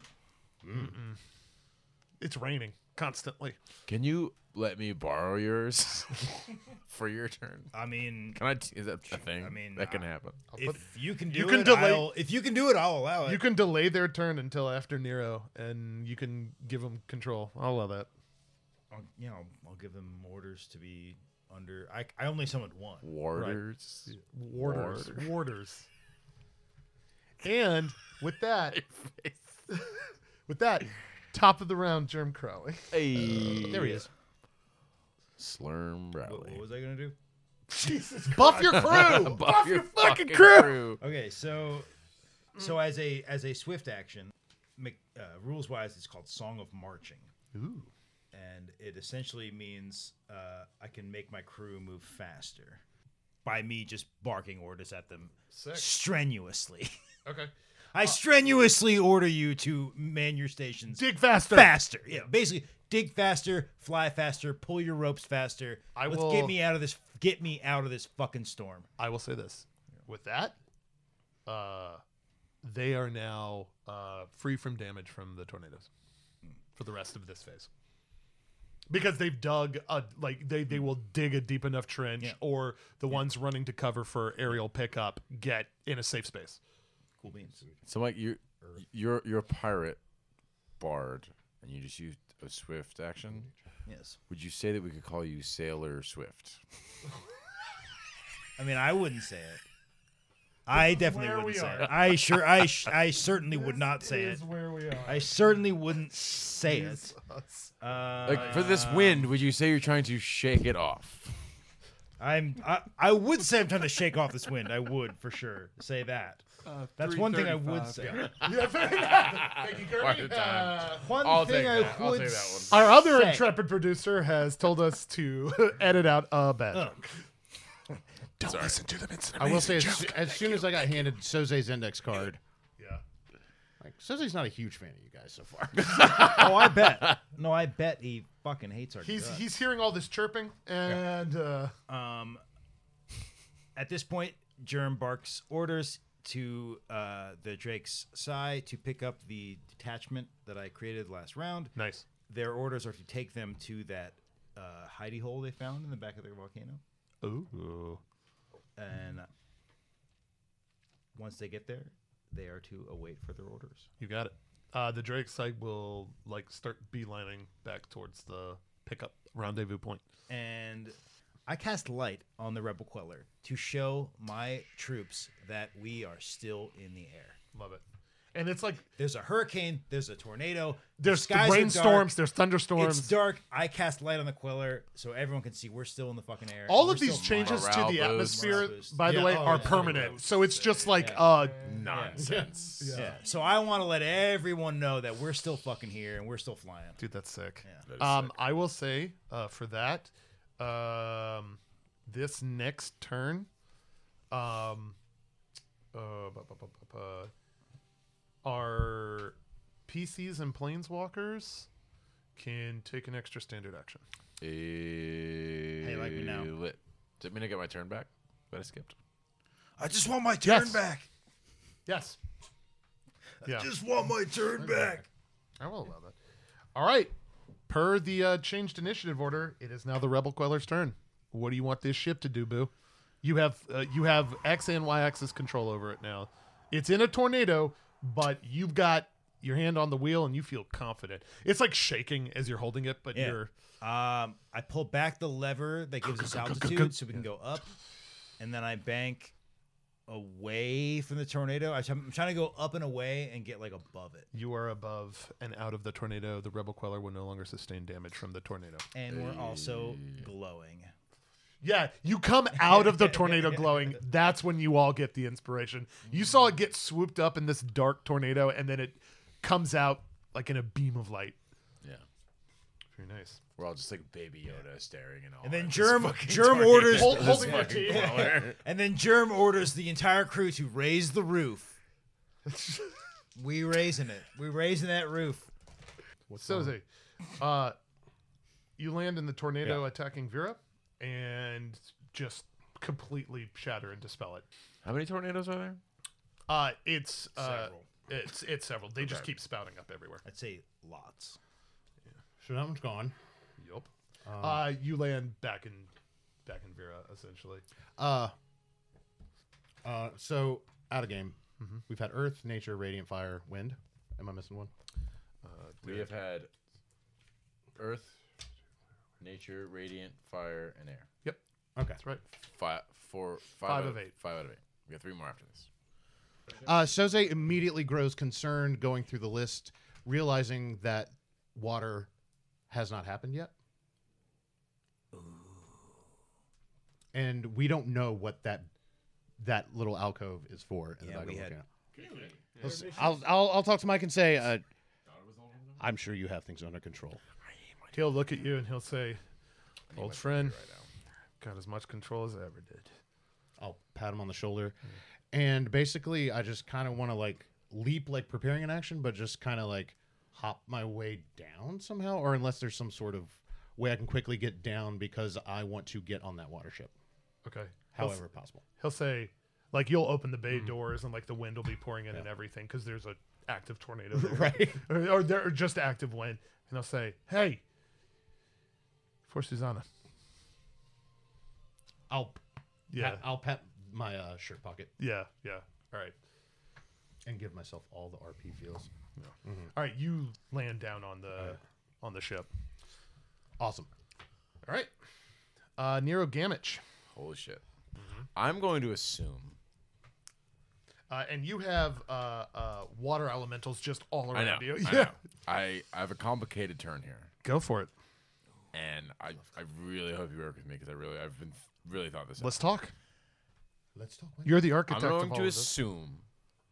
Speaker 3: it's raining constantly.
Speaker 4: Can you let me borrow yours for your turn?
Speaker 6: I mean,
Speaker 4: Can I? T- is that a thing?
Speaker 6: I mean,
Speaker 4: that can
Speaker 6: uh,
Speaker 4: happen.
Speaker 6: if you can do
Speaker 3: You can
Speaker 6: it,
Speaker 3: delay-
Speaker 6: I'll, if you can do it, I'll allow it.
Speaker 3: You can delay their turn until after Nero, and you can give them control. I love that.
Speaker 6: I'll, you know, I'll give them orders to be under. I, I only summoned one.
Speaker 4: Warders.
Speaker 3: Warders, warders. And with that, with that, top of the round, Germ Crowley.
Speaker 4: Hey.
Speaker 7: there he is.
Speaker 4: Slurm
Speaker 6: Uh, What,
Speaker 4: Rally.
Speaker 6: what was I gonna do?
Speaker 3: Jesus, buff your crew.
Speaker 4: Buff your fucking crew.
Speaker 6: Okay, so so
Speaker 3: Mm.
Speaker 6: as a as a swift action, Mc- uh, rules wise, it's called Song of Marching.
Speaker 3: Ooh.
Speaker 6: and it essentially means uh, I can make my crew move faster by me just barking orders at them strenuously.
Speaker 3: Okay. Uh,
Speaker 6: I strenuously order you to man your stations
Speaker 3: Dig faster.
Speaker 6: faster. Yeah, basically, dig faster, fly faster, pull your ropes faster.
Speaker 3: I
Speaker 6: Let's
Speaker 3: will-
Speaker 6: get me out of this. Get me out of this fucking storm.
Speaker 3: I will say this. With that, uh, they are now uh, free from damage from the tornadoes for the rest of this phase. Because they've dug a like they they will dig a deep enough trench
Speaker 6: Yeah.
Speaker 3: or the ones running to cover for aerial pickup get in a safe space.
Speaker 6: Cool beans.
Speaker 4: So Mike, you you're you're a pirate bard, and you just used a swift action.
Speaker 6: Yes.
Speaker 4: Would you say that we could call you Sailor Swift?
Speaker 6: I mean, I wouldn't say it. I definitely
Speaker 3: where
Speaker 6: wouldn't
Speaker 3: we
Speaker 6: say
Speaker 3: are.
Speaker 6: it. I sure, I, sh- I certainly would not say it.
Speaker 3: where we are.
Speaker 6: I certainly wouldn't say it. Uh,
Speaker 4: Like for this wind, would you say you're trying to shake it off?
Speaker 6: I'm. I, I would say I'm trying to shake off this wind. I would for sure say that.
Speaker 3: Uh,
Speaker 6: That's one thing I would say.
Speaker 4: Part of the time.
Speaker 6: One
Speaker 4: I'll
Speaker 6: thing
Speaker 4: take
Speaker 6: I
Speaker 4: that. I'll
Speaker 6: would
Speaker 4: take that one.
Speaker 3: Our other
Speaker 6: say-
Speaker 3: intrepid producer has told us to edit out a bad joke. Don't listen to them. It's an
Speaker 7: I will say
Speaker 3: amazing
Speaker 7: as,
Speaker 3: joke.
Speaker 7: as soon as I got handed Soze's index card,
Speaker 3: Yeah.
Speaker 7: like Soze's not a huge fan of you guys so far.
Speaker 6: Oh, I bet. No, I bet he fucking hates our.
Speaker 3: He's
Speaker 6: guts.
Speaker 3: he's hearing all this chirping and uh,
Speaker 6: Um, at this point, Germ barks orders to uh, the Drake's Psy to pick up the detachment that I created last round.
Speaker 3: nice.
Speaker 6: Their orders are to take them to that uh, hidey hole they found in the back of their volcano.
Speaker 3: uh, Ooh.
Speaker 6: and uh, once they get there, they are to await further orders.
Speaker 3: You got it. Uh, the Drake site will like start beelining back towards the pickup rendezvous point.
Speaker 6: And I cast light on the rebel queller to show my troops that we are still in the air.
Speaker 3: Love it. And it's like
Speaker 6: There's a hurricane. There's a tornado. the
Speaker 3: there's
Speaker 6: skies are dark,
Speaker 3: rainstorms, there's thunderstorms.
Speaker 6: It's dark. I cast light on the queller so everyone can see we're still in the fucking air.
Speaker 3: all
Speaker 6: and
Speaker 3: of
Speaker 6: we're
Speaker 3: these
Speaker 6: still
Speaker 3: changes to
Speaker 4: Morale
Speaker 3: the
Speaker 4: boost.
Speaker 3: atmosphere,
Speaker 6: Morale boost.
Speaker 3: by the
Speaker 7: Yeah,
Speaker 3: way,
Speaker 7: oh,
Speaker 3: are
Speaker 7: yeah.
Speaker 3: permanent. So it's just like
Speaker 6: Yeah.
Speaker 3: uh,
Speaker 4: Nonsense.
Speaker 6: mining. Yeah. So I want to let everyone know that we're still fucking here and we're still flying.
Speaker 3: dude, that's sick.
Speaker 4: That is
Speaker 3: Um, I will say uh, for that, um, this next turn, um, uh, bu- bu- bu- bu- bu- our PCs and planeswalkers can take an extra standard action.
Speaker 4: Hey,
Speaker 6: like me now.
Speaker 4: Lit. Does it mean I get my turn back? But I skipped.
Speaker 6: I just want my
Speaker 3: turn Yes. back. Yes, Yeah.
Speaker 6: Just want my turn back.
Speaker 3: I will allow that. All right. Per the uh, changed initiative order, it is now the Rebel Queller's turn. What do you want this ship to do, Boo? You have uh, you have x and y axis control over it now. It's in a tornado, but you've got your hand on the wheel and you feel confident. It's like shaking as you're holding it, but
Speaker 6: Yeah.
Speaker 3: you're
Speaker 6: Um, I pull back the lever that gives us altitude so we can go up, and then I bank away from the tornado. I- I'm trying to go up and away and get like above it,
Speaker 3: you are above and out of the tornado. The rebel queller will no longer sustain damage from the tornado.
Speaker 6: and we're also glowing.
Speaker 3: Yeah, you come out of the tornado glowing. That's when you all get the inspiration. You saw it get swooped up in this dark tornado, and then it comes out like in a beam of light.
Speaker 4: Yeah.
Speaker 3: Very nice.
Speaker 4: We're all just like baby Yoda staring and all.
Speaker 6: And then
Speaker 4: at this
Speaker 6: Germ
Speaker 4: fucking
Speaker 6: Germ
Speaker 4: tornado.
Speaker 6: orders
Speaker 3: Hold-
Speaker 4: This
Speaker 3: holding my
Speaker 4: fucking
Speaker 3: tea.
Speaker 4: color.
Speaker 6: And then Germ orders the entire crew to raise the roof. we raising it. We raising that roof.
Speaker 3: so, Zay, uh, you land in the tornado attacking Vera, and just completely shatter and dispel it.
Speaker 4: How many tornadoes are there?
Speaker 3: Uh, it's uh,
Speaker 6: Several.
Speaker 3: it's it's several. They just keep spouting up everywhere.
Speaker 6: I'd say lots.
Speaker 7: So that one's gone.
Speaker 3: Yup. Uh, you land back in back in Vera essentially.
Speaker 7: Uh, uh, so out of game.
Speaker 3: Mm-hmm.
Speaker 7: We've had Earth, Nature, Radiant Fire, Wind. Am I missing one?
Speaker 4: We have had Earth, Nature, Radiant, Fire, and Air.
Speaker 3: Yep,
Speaker 7: Okay.
Speaker 3: that's right.
Speaker 4: Five, four, five
Speaker 3: Five
Speaker 4: out
Speaker 3: of eight.
Speaker 4: Five out of eight. We got three more after this.
Speaker 7: Uh, Soze immediately grows concerned going through the list, realizing that water has not happened yet. And we don't know what that that little alcove is for. In
Speaker 6: Yeah,
Speaker 7: the back
Speaker 6: we
Speaker 7: of
Speaker 6: had-
Speaker 7: Let's- I'll, I'll I'll talk to Mike and say, uh, I'm sure you have things under control.
Speaker 3: He'll look at you and he'll say, "Old friend, got as much control as I ever did."
Speaker 7: I'll pat him on the shoulder, and basically, I just kind of want to like leap, like preparing an action, but just kind of like hop my way down somehow, or unless there's some sort of way I can quickly get down because I want to get on that water ship,
Speaker 3: Okay. He'll s-
Speaker 7: however possible.
Speaker 3: he'll say, like you'll open the bay doors and like the wind will be pouring in and everything because there's a active tornado, there.
Speaker 7: Right.
Speaker 3: Or, or there or just active wind, and I'll say, "Hey, for Susanna."
Speaker 7: I'll yeah,
Speaker 3: Yeah,
Speaker 7: I'll pat my uh, shirt pocket
Speaker 3: yeah, yeah. All right,
Speaker 7: and give myself all the RP feels.
Speaker 3: all right. You land down on the on the ship.
Speaker 7: Awesome.
Speaker 3: All right. Uh, Nero Gamage.
Speaker 4: Holy shit.
Speaker 3: Mm-hmm.
Speaker 4: I'm going to assume.
Speaker 3: Uh, and you have uh, uh, water elementals just all
Speaker 4: I
Speaker 3: around
Speaker 4: know.
Speaker 3: you.
Speaker 4: I, know. I, I have a complicated turn here,
Speaker 3: Go for it.
Speaker 4: and I, I really hope you work with me because I really I've been really thought this. out.
Speaker 3: Let's talk.
Speaker 7: Let's talk.
Speaker 3: You're the
Speaker 4: I'm
Speaker 3: architect
Speaker 4: going
Speaker 3: of all
Speaker 4: to
Speaker 3: of this.
Speaker 4: assume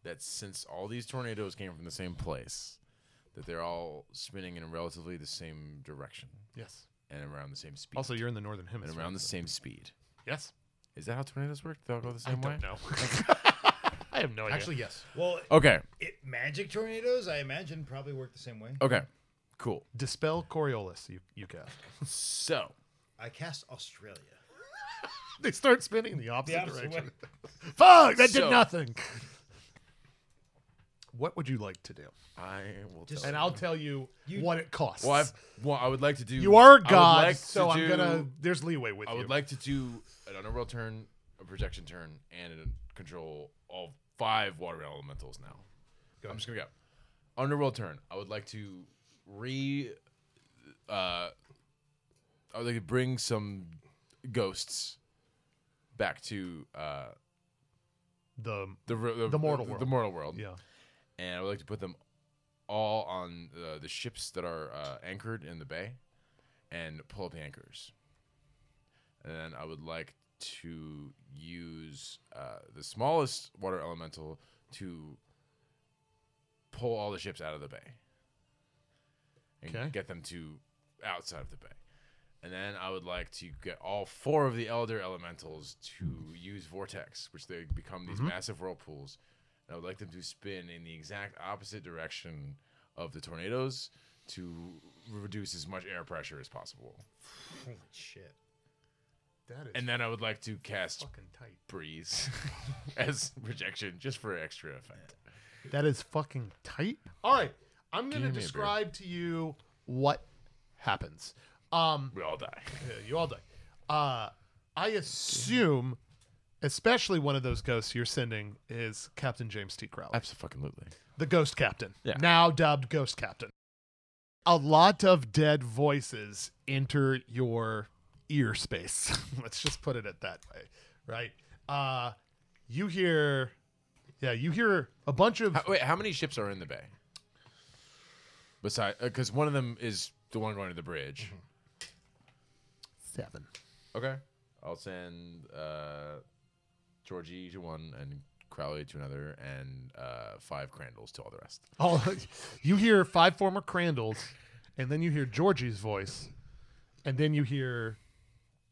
Speaker 4: that since all these tornadoes came from the same place, that they're all spinning in relatively the same direction
Speaker 3: Yes.
Speaker 4: and around the same speed.
Speaker 3: Also, you're in the northern
Speaker 4: and
Speaker 3: hemisphere.
Speaker 4: around the same speed.
Speaker 3: yes.
Speaker 4: Is that how tornadoes work? They all go the same way.
Speaker 3: Don't know. I have no idea.
Speaker 7: Actually, yes.
Speaker 6: Well,
Speaker 4: Okay.
Speaker 6: it, magic tornadoes, I imagine, probably work the same way.
Speaker 4: Okay. Cool.
Speaker 3: dispel Coriolis. You you cast.
Speaker 4: So
Speaker 6: I cast Australia.
Speaker 3: they start spinning in the opposite,
Speaker 6: opposite
Speaker 3: direction. Fuck! That
Speaker 4: So-
Speaker 3: did nothing. What would you like to do?
Speaker 4: I will.
Speaker 6: Just-
Speaker 4: tell
Speaker 3: And
Speaker 4: you.
Speaker 3: I'll tell you, what it costs.
Speaker 4: Well, I've, well, I would like to do.
Speaker 3: you are
Speaker 4: I would
Speaker 3: God,
Speaker 4: like to
Speaker 3: so I'm
Speaker 4: do-
Speaker 3: gonna. There's leeway with
Speaker 4: I
Speaker 3: you.
Speaker 4: would like to do an underworld turn, a projection turn, and a control all five water elementals now. I'm just gonna go. Underworld turn. I would like to re. Uh, I would like to bring some ghosts back to uh,
Speaker 3: the
Speaker 4: the, re-
Speaker 3: The mortal
Speaker 4: The
Speaker 3: world.
Speaker 4: mortal world.
Speaker 3: yeah.
Speaker 4: and I would like to put them all on uh, the ships that are uh, anchored in the bay and pull up the anchors. And then I would like to use uh, the smallest water elemental to pull all the ships out of the bay and
Speaker 3: Okay.
Speaker 4: get them to outside of the bay. And then I would like to get all four of the elder elementals to use vortex, which they become these massive whirlpools. And I would like them to spin in the exact opposite direction of the tornadoes to reduce as much air pressure as possible.
Speaker 6: Holy shit.
Speaker 3: That is
Speaker 4: And then I would like to cast
Speaker 3: fucking tight.
Speaker 4: breeze as projection just for extra effect.
Speaker 3: That is fucking tight. All right, I'm gonna
Speaker 4: Give me a beer.
Speaker 3: describe to you what happens. Um,
Speaker 4: We all die.
Speaker 3: Yeah, you all die. Uh, I assume especially one of those ghosts you're sending is Captain James T. Crowley,
Speaker 4: Absolutely.
Speaker 3: the Ghost Captain,
Speaker 4: Yeah.
Speaker 3: now dubbed Ghost Captain. A lot of dead voices enter your ear space. Let's just put it at that way, right? Uh, you hear, yeah, you hear a bunch of
Speaker 4: How, wait, how many ships are in the bay? Besides, because one of them is the one going to the bridge.
Speaker 3: seven.
Speaker 4: Okay. I'll send uh, Georgie to one and Crowley to another, and uh, five Crandalls to all the rest.
Speaker 3: All you hear five former Crandalls, and then you hear Georgie's voice, and then you hear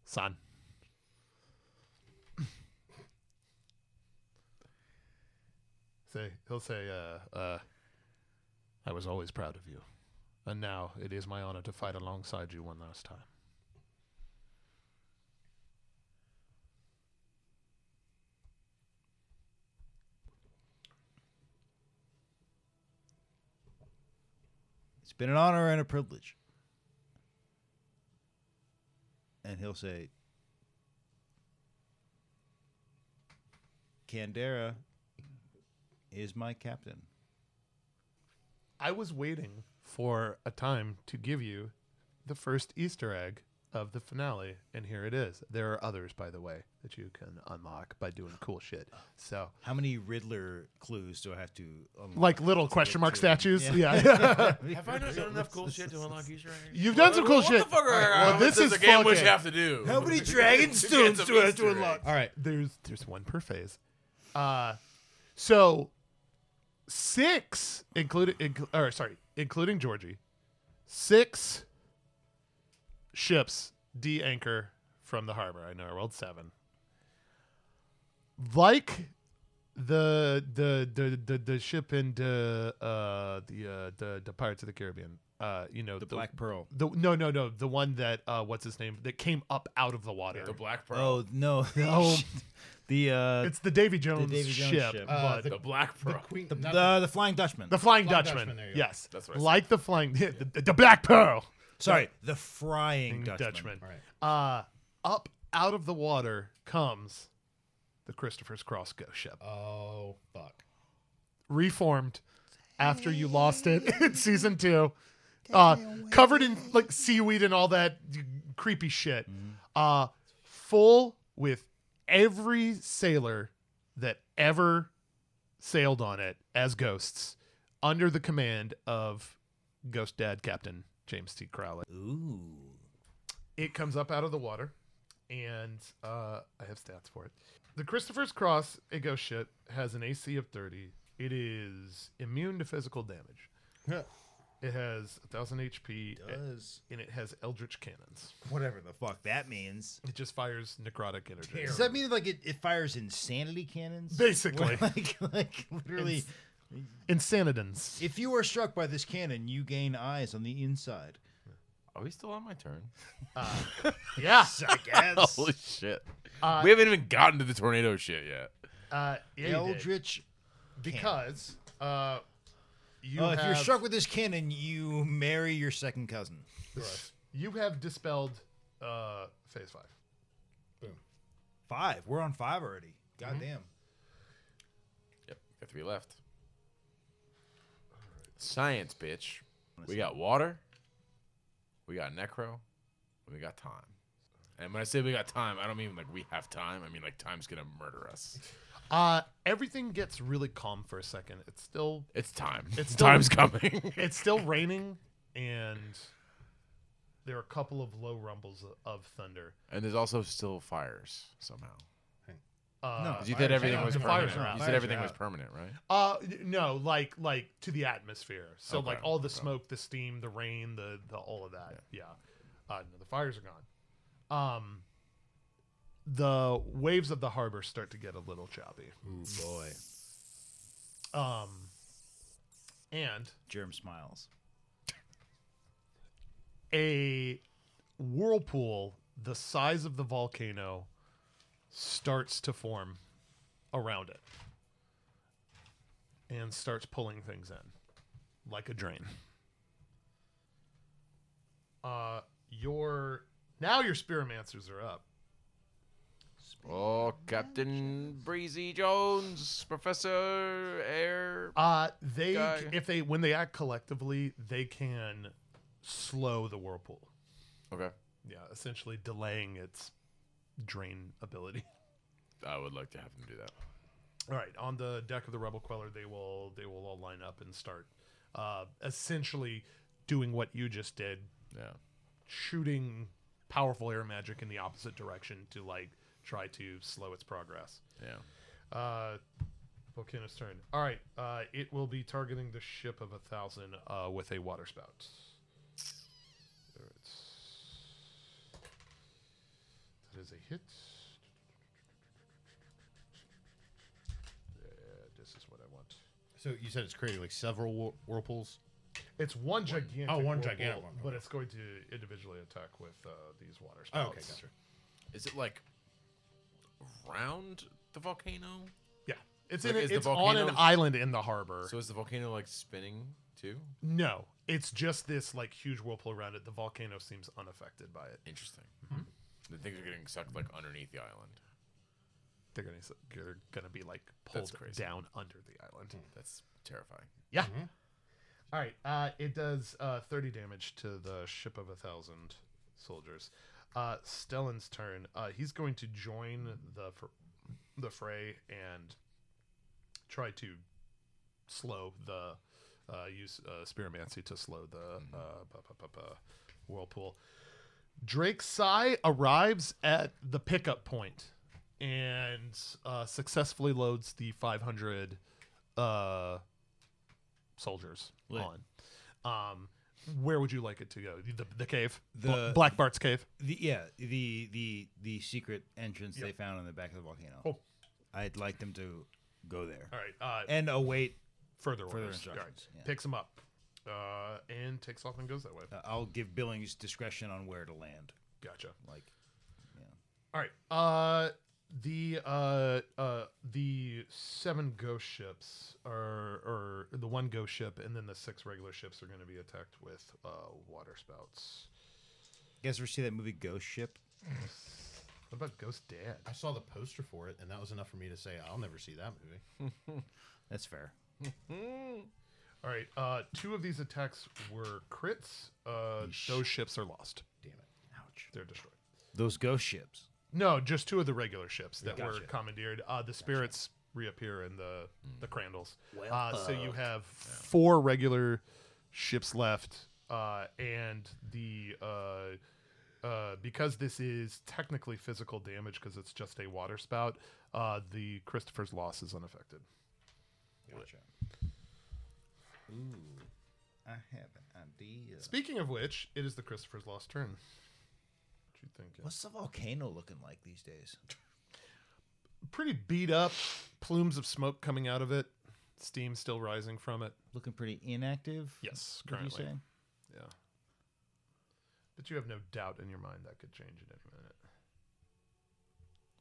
Speaker 3: son. Say he'll say, uh, uh, "I was always proud of you, and now it is my honor to fight alongside you one last time."
Speaker 6: It's been an honor and a privilege. And he'll say, Candera is my captain.
Speaker 3: I was waiting for a time to give you the first Easter egg of the finale, and here it is. There are others, by the way, that you can unlock by doing cool shit. So,
Speaker 6: How many Riddler clues do I have to unlock?
Speaker 3: like little question mark statues. Yeah.
Speaker 4: Have I not done enough cool shit to unlock Easter eggs?
Speaker 3: You've done some cool shit.
Speaker 4: Well,
Speaker 3: this is
Speaker 4: a game which
Speaker 3: fucking-
Speaker 4: you have to do.
Speaker 6: How many dragon stones do I have to unlock?
Speaker 7: All right.
Speaker 3: There's there's one per phase. Uh, so six, including, inc- or sorry, including Georgie, six ships de-anchor from the harbor. I know I rolled seven. Like the the the the, the ship in the uh the uh the, the Pirates of the Caribbean. Uh, you know
Speaker 6: The Black Pearl.
Speaker 3: The, no, no, no. The one that uh, what's his name that came up out of the water.
Speaker 4: The Black Pearl.
Speaker 6: Oh, no. no. the, uh,
Speaker 3: it's the Davy Jones,
Speaker 6: Davy Jones
Speaker 3: ship,
Speaker 6: ship.
Speaker 3: but
Speaker 7: Uh,
Speaker 3: the,
Speaker 4: the Black Pearl.
Speaker 7: Queen,
Speaker 6: the,
Speaker 7: not
Speaker 6: the, the Flying Dutchman.
Speaker 3: Flying,
Speaker 7: Flying
Speaker 3: Dutchman.
Speaker 7: Dutchman, there you go.
Speaker 3: yes,
Speaker 4: That's what I said.
Speaker 3: like the Flying, the, the Black Pearl.
Speaker 6: Sorry, the Frying Dutchman.
Speaker 3: Dutchman.
Speaker 7: All right.
Speaker 3: Uh, up out of the water comes the Christopher's Cross ghost ship,
Speaker 7: Oh fuck.
Speaker 3: reformed after you lost it in season two, uh, covered in like seaweed and all that creepy shit, uh, full with every sailor that ever sailed on it as ghosts under the command of Ghost Dad Captain James T. Crowley.
Speaker 6: Ooh.
Speaker 3: It comes up out of the water, and uh, I have stats for it. The Christopher's Cross, a ghost ship, has an AC of 30. It is immune to physical damage. It has 1,000 HP,
Speaker 6: Does.
Speaker 3: and it has Eldritch cannons.
Speaker 6: Whatever the fuck that means.
Speaker 3: It just fires necrotic energy.
Speaker 6: Does that mean like it, it fires insanity cannons?
Speaker 3: Basically.
Speaker 6: like, like literally,
Speaker 3: Insanidins.
Speaker 6: if you are struck by this cannon, you gain eyes on the inside.
Speaker 4: Are we still on my turn?
Speaker 3: Yeah.
Speaker 6: I guess.
Speaker 4: Holy shit. we haven't even gotten to the tornado shit yet.
Speaker 3: Uh, yeah, you did.
Speaker 6: Eldritch.
Speaker 3: because uh, you
Speaker 6: Oh,
Speaker 3: have,
Speaker 6: if you're struck with this cannon, you marry your second cousin.
Speaker 3: you have dispelled uh, phase five.
Speaker 6: Five. We're on five already. Goddamn.
Speaker 4: Yep. Got three left. Science, bitch. We got water. We got necro. And we got time. And when I say we got time, I don't mean like we have time. I mean like time's gonna murder us.
Speaker 3: Uh, everything gets really calm for a second. It's still
Speaker 4: It's time.
Speaker 3: It's
Speaker 4: It's
Speaker 3: still-
Speaker 4: time's coming.
Speaker 3: it's still raining, and there are a couple of low rumbles of thunder.
Speaker 4: and there's also still fires somehow.
Speaker 3: Uh,
Speaker 6: No.
Speaker 4: 'Cause you said everything
Speaker 3: out.
Speaker 4: was
Speaker 3: The fires
Speaker 4: permanent.
Speaker 3: are out.
Speaker 4: You
Speaker 6: Fires
Speaker 4: said
Speaker 6: are
Speaker 4: everything was
Speaker 6: out.
Speaker 4: permanent, right?
Speaker 3: Uh, n- no, like like to the atmosphere. So
Speaker 4: Okay,
Speaker 3: like all the
Speaker 4: okay.
Speaker 3: smoke, the steam, the rain, the, the all of that. Yeah. Uh, no, the fires are gone. Um, the waves of the harbor start to get a little choppy.
Speaker 6: Ooh boy.
Speaker 3: Um, and
Speaker 6: Germ smiles.
Speaker 3: a whirlpool the size of the volcano starts to form around it and starts pulling things in like a drain. Uh, your now your spearmancers are up.
Speaker 4: Oh, Captain Breezy Jones, Professor Air.
Speaker 3: Uh, they
Speaker 4: Guy.
Speaker 3: if they when they act collectively, they can slow the whirlpool.
Speaker 4: Okay.
Speaker 3: Yeah, essentially delaying its drain ability.
Speaker 4: I would like to have him do that.
Speaker 3: All right, on the deck of the Rebel Queller, they will they will all line up and start uh, essentially doing what you just did,
Speaker 4: Yeah.
Speaker 3: shooting powerful air magic in the opposite direction to like try to slow its progress.
Speaker 4: Yeah.
Speaker 3: Uh, Volcano's turn. All right, uh, it will be targeting the ship of a thousand uh, with a water spout. There it's- That is a hit. Yeah, this is what I want.
Speaker 7: So you said it's creating like several whir- whirlpools.
Speaker 3: It's one gigantic.
Speaker 7: oh, one
Speaker 3: whirlpool,
Speaker 7: gigantic one,
Speaker 3: But
Speaker 7: okay.
Speaker 3: it's going to individually attack with uh, these water
Speaker 7: Oh,
Speaker 3: spouts.
Speaker 7: okay, gotcha.
Speaker 4: Is it like around the volcano?
Speaker 3: Yeah, it's
Speaker 4: Like,
Speaker 3: in. A,
Speaker 4: is the
Speaker 3: it's on an
Speaker 4: volcano's-
Speaker 3: island in the harbor.
Speaker 4: So is the volcano like spinning too?
Speaker 3: no, it's just this like huge whirlpool around it. The volcano seems unaffected by it.
Speaker 4: Interesting. Mm-hmm. The things are getting sucked like underneath the island.
Speaker 3: they're gonna s- they're gonna be like pulled
Speaker 4: crazy.
Speaker 3: down under the
Speaker 4: Mm-hmm.
Speaker 3: island.
Speaker 4: That's terrifying.
Speaker 3: Yeah. All right. Uh, it does uh, thirty damage to the ship of a thousand soldiers. Uh, Stellan's turn. Uh, he's going to join the fr- the fray and try to slow the uh, use uh, spearmancy to slow the uh, pa- pa- pa- pa- whirlpool. Drake Psy arrives at the pickup point and uh, successfully loads the 500 uh, soldiers on. Um, where would you like it to go? The, the cave, Bla-
Speaker 6: The-
Speaker 3: Black Bart's cave.
Speaker 6: The, yeah, the the the secret entrance they found on the back of the volcano.
Speaker 3: Cool.
Speaker 6: I'd like them to go there
Speaker 3: Oh. All right, uh,
Speaker 6: and oh, await. further
Speaker 3: further orders. All right.
Speaker 6: instructions, yeah.
Speaker 3: Picks him up uh, and takes off and goes that way.
Speaker 6: Uh, I'll give Billings discretion on where to land.
Speaker 3: Gotcha.
Speaker 6: Like,
Speaker 3: All right. Uh, the uh, uh, the seven ghost ships are, or the one ghost ship, and then the six regular ships are going to be attacked with uh, water spouts.
Speaker 6: you guys ever see that movie Ghost Ship?
Speaker 3: What about Ghost Dad?
Speaker 7: I saw the poster for it, and that was enough for me to say I'll never see that movie.
Speaker 6: That's fair.
Speaker 3: All right. Uh, two of these attacks were crits. Uh, those ships are lost.
Speaker 7: Damn it.
Speaker 6: Ouch.
Speaker 3: They're destroyed.
Speaker 6: Those ghost ships.
Speaker 3: No, just two of the regular ships that were
Speaker 6: Gotcha.
Speaker 3: commandeered. Uh, the spirits reappear in the the Crandalls. uh, so you have four regular ships left, uh, and the uh, uh, because this is technically physical damage because it's just a water spout. Uh, the Christopher's loss is unaffected.
Speaker 6: Gotcha. Ooh, I have an idea.
Speaker 3: Speaking of which, it is the Christopher's loss turn. What you thinking?
Speaker 6: What's the volcano looking like these days?
Speaker 3: Pretty beat up, plumes of smoke coming out of it, steam still rising from it.
Speaker 6: Looking pretty inactive.
Speaker 3: Yes,
Speaker 6: would you
Speaker 3: currently.
Speaker 6: say?
Speaker 3: Yeah. But you have no doubt in your mind that could change at any minute.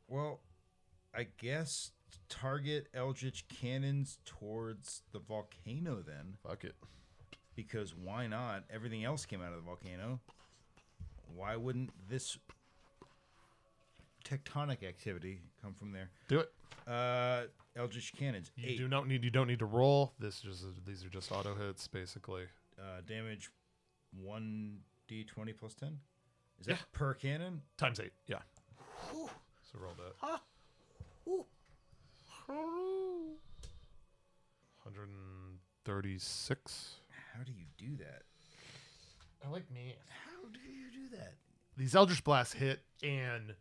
Speaker 6: Well, I guess target Eldritch cannons towards the volcano then,
Speaker 3: Fuck it.
Speaker 6: because why not? Everything else came out of the volcano. Why wouldn't this tectonic activity come from there?
Speaker 3: Do it.
Speaker 6: Uh, Eldritch cannons.
Speaker 3: You
Speaker 6: eight.
Speaker 3: do not need you don't need to roll. This is these are just auto hits basically.
Speaker 6: uh, damage 1d20 plus 10. Is that per cannon?
Speaker 3: Times 8. Yeah. So roll that. 136.
Speaker 6: How do you do that?
Speaker 3: I like me.
Speaker 6: How do you do that?
Speaker 3: These Eldritch Blasts hit and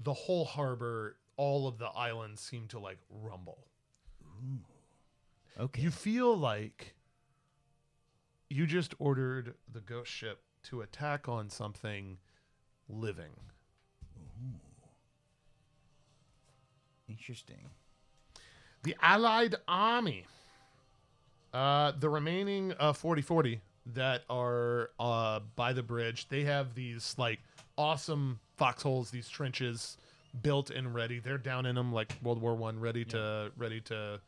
Speaker 3: the whole harbor, all of the islands seem to like rumble.
Speaker 6: Okay.
Speaker 3: You feel like you just ordered the ghost ship to attack on something living.
Speaker 6: Interesting.
Speaker 3: The Allied Army. Uh, the remaining uh, 40 40 that are uh, by the bridge, they have these like awesome foxholes, these trenches built and ready. They're down in them like World War One, ready to ready to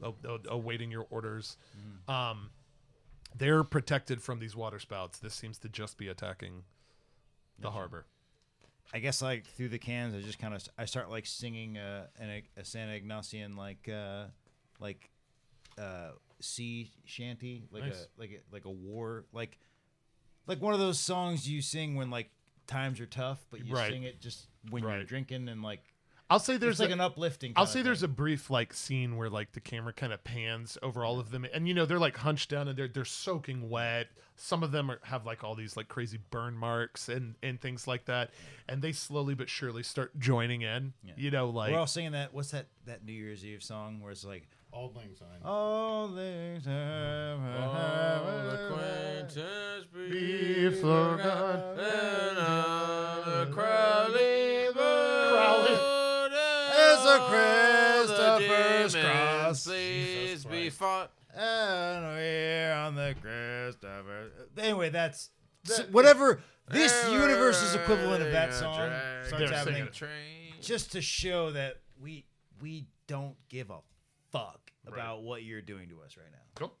Speaker 3: a- a- awaiting your orders.
Speaker 6: Mm-hmm.
Speaker 3: Um, they're protected from these water spouts. This seems to just be attacking the harbor.
Speaker 6: I guess like through the cans, I just kind of I start like singing uh, an, a San Ignacian like uh, like uh, sea shanty, like
Speaker 7: Nice.
Speaker 6: a like a, like a war like like one of those songs you sing when like times are tough, but you
Speaker 3: Right.
Speaker 6: sing it just when you're
Speaker 3: Right.
Speaker 6: drinking and like
Speaker 3: I'll say
Speaker 6: there's
Speaker 3: there's
Speaker 6: like
Speaker 3: a-
Speaker 6: an uplifting.
Speaker 3: I'll
Speaker 6: kinda
Speaker 3: say there's
Speaker 6: thing.
Speaker 3: a brief like scene where like the camera kind of pans over all of them, and you know they're like hunched down and they're they're soaking wet. Some of them are, have like all these like crazy burn marks and and things like that, and they slowly but surely start joining in. You know, like
Speaker 6: we're all singing that. What's that that New Year's Eve song where it's like
Speaker 7: Old Lang Syne.
Speaker 6: all things have a- have
Speaker 4: All
Speaker 6: a-
Speaker 4: acquaintance
Speaker 3: Be forgotten.
Speaker 4: And on the Crowley Road
Speaker 6: It's a
Speaker 4: all the
Speaker 6: Christopher's
Speaker 4: demons
Speaker 6: cross.
Speaker 4: Please
Speaker 7: Jesus
Speaker 4: be
Speaker 7: Christ.
Speaker 4: fought.
Speaker 6: And we're on the Christopher. Anyway, that's so
Speaker 4: That-
Speaker 6: whatever this universe is equivalent of that song starts
Speaker 3: They're
Speaker 6: happening
Speaker 3: singing it.
Speaker 4: Train.
Speaker 6: just to show that we we don't give a fuck about what you're doing to us right now.
Speaker 3: Cool.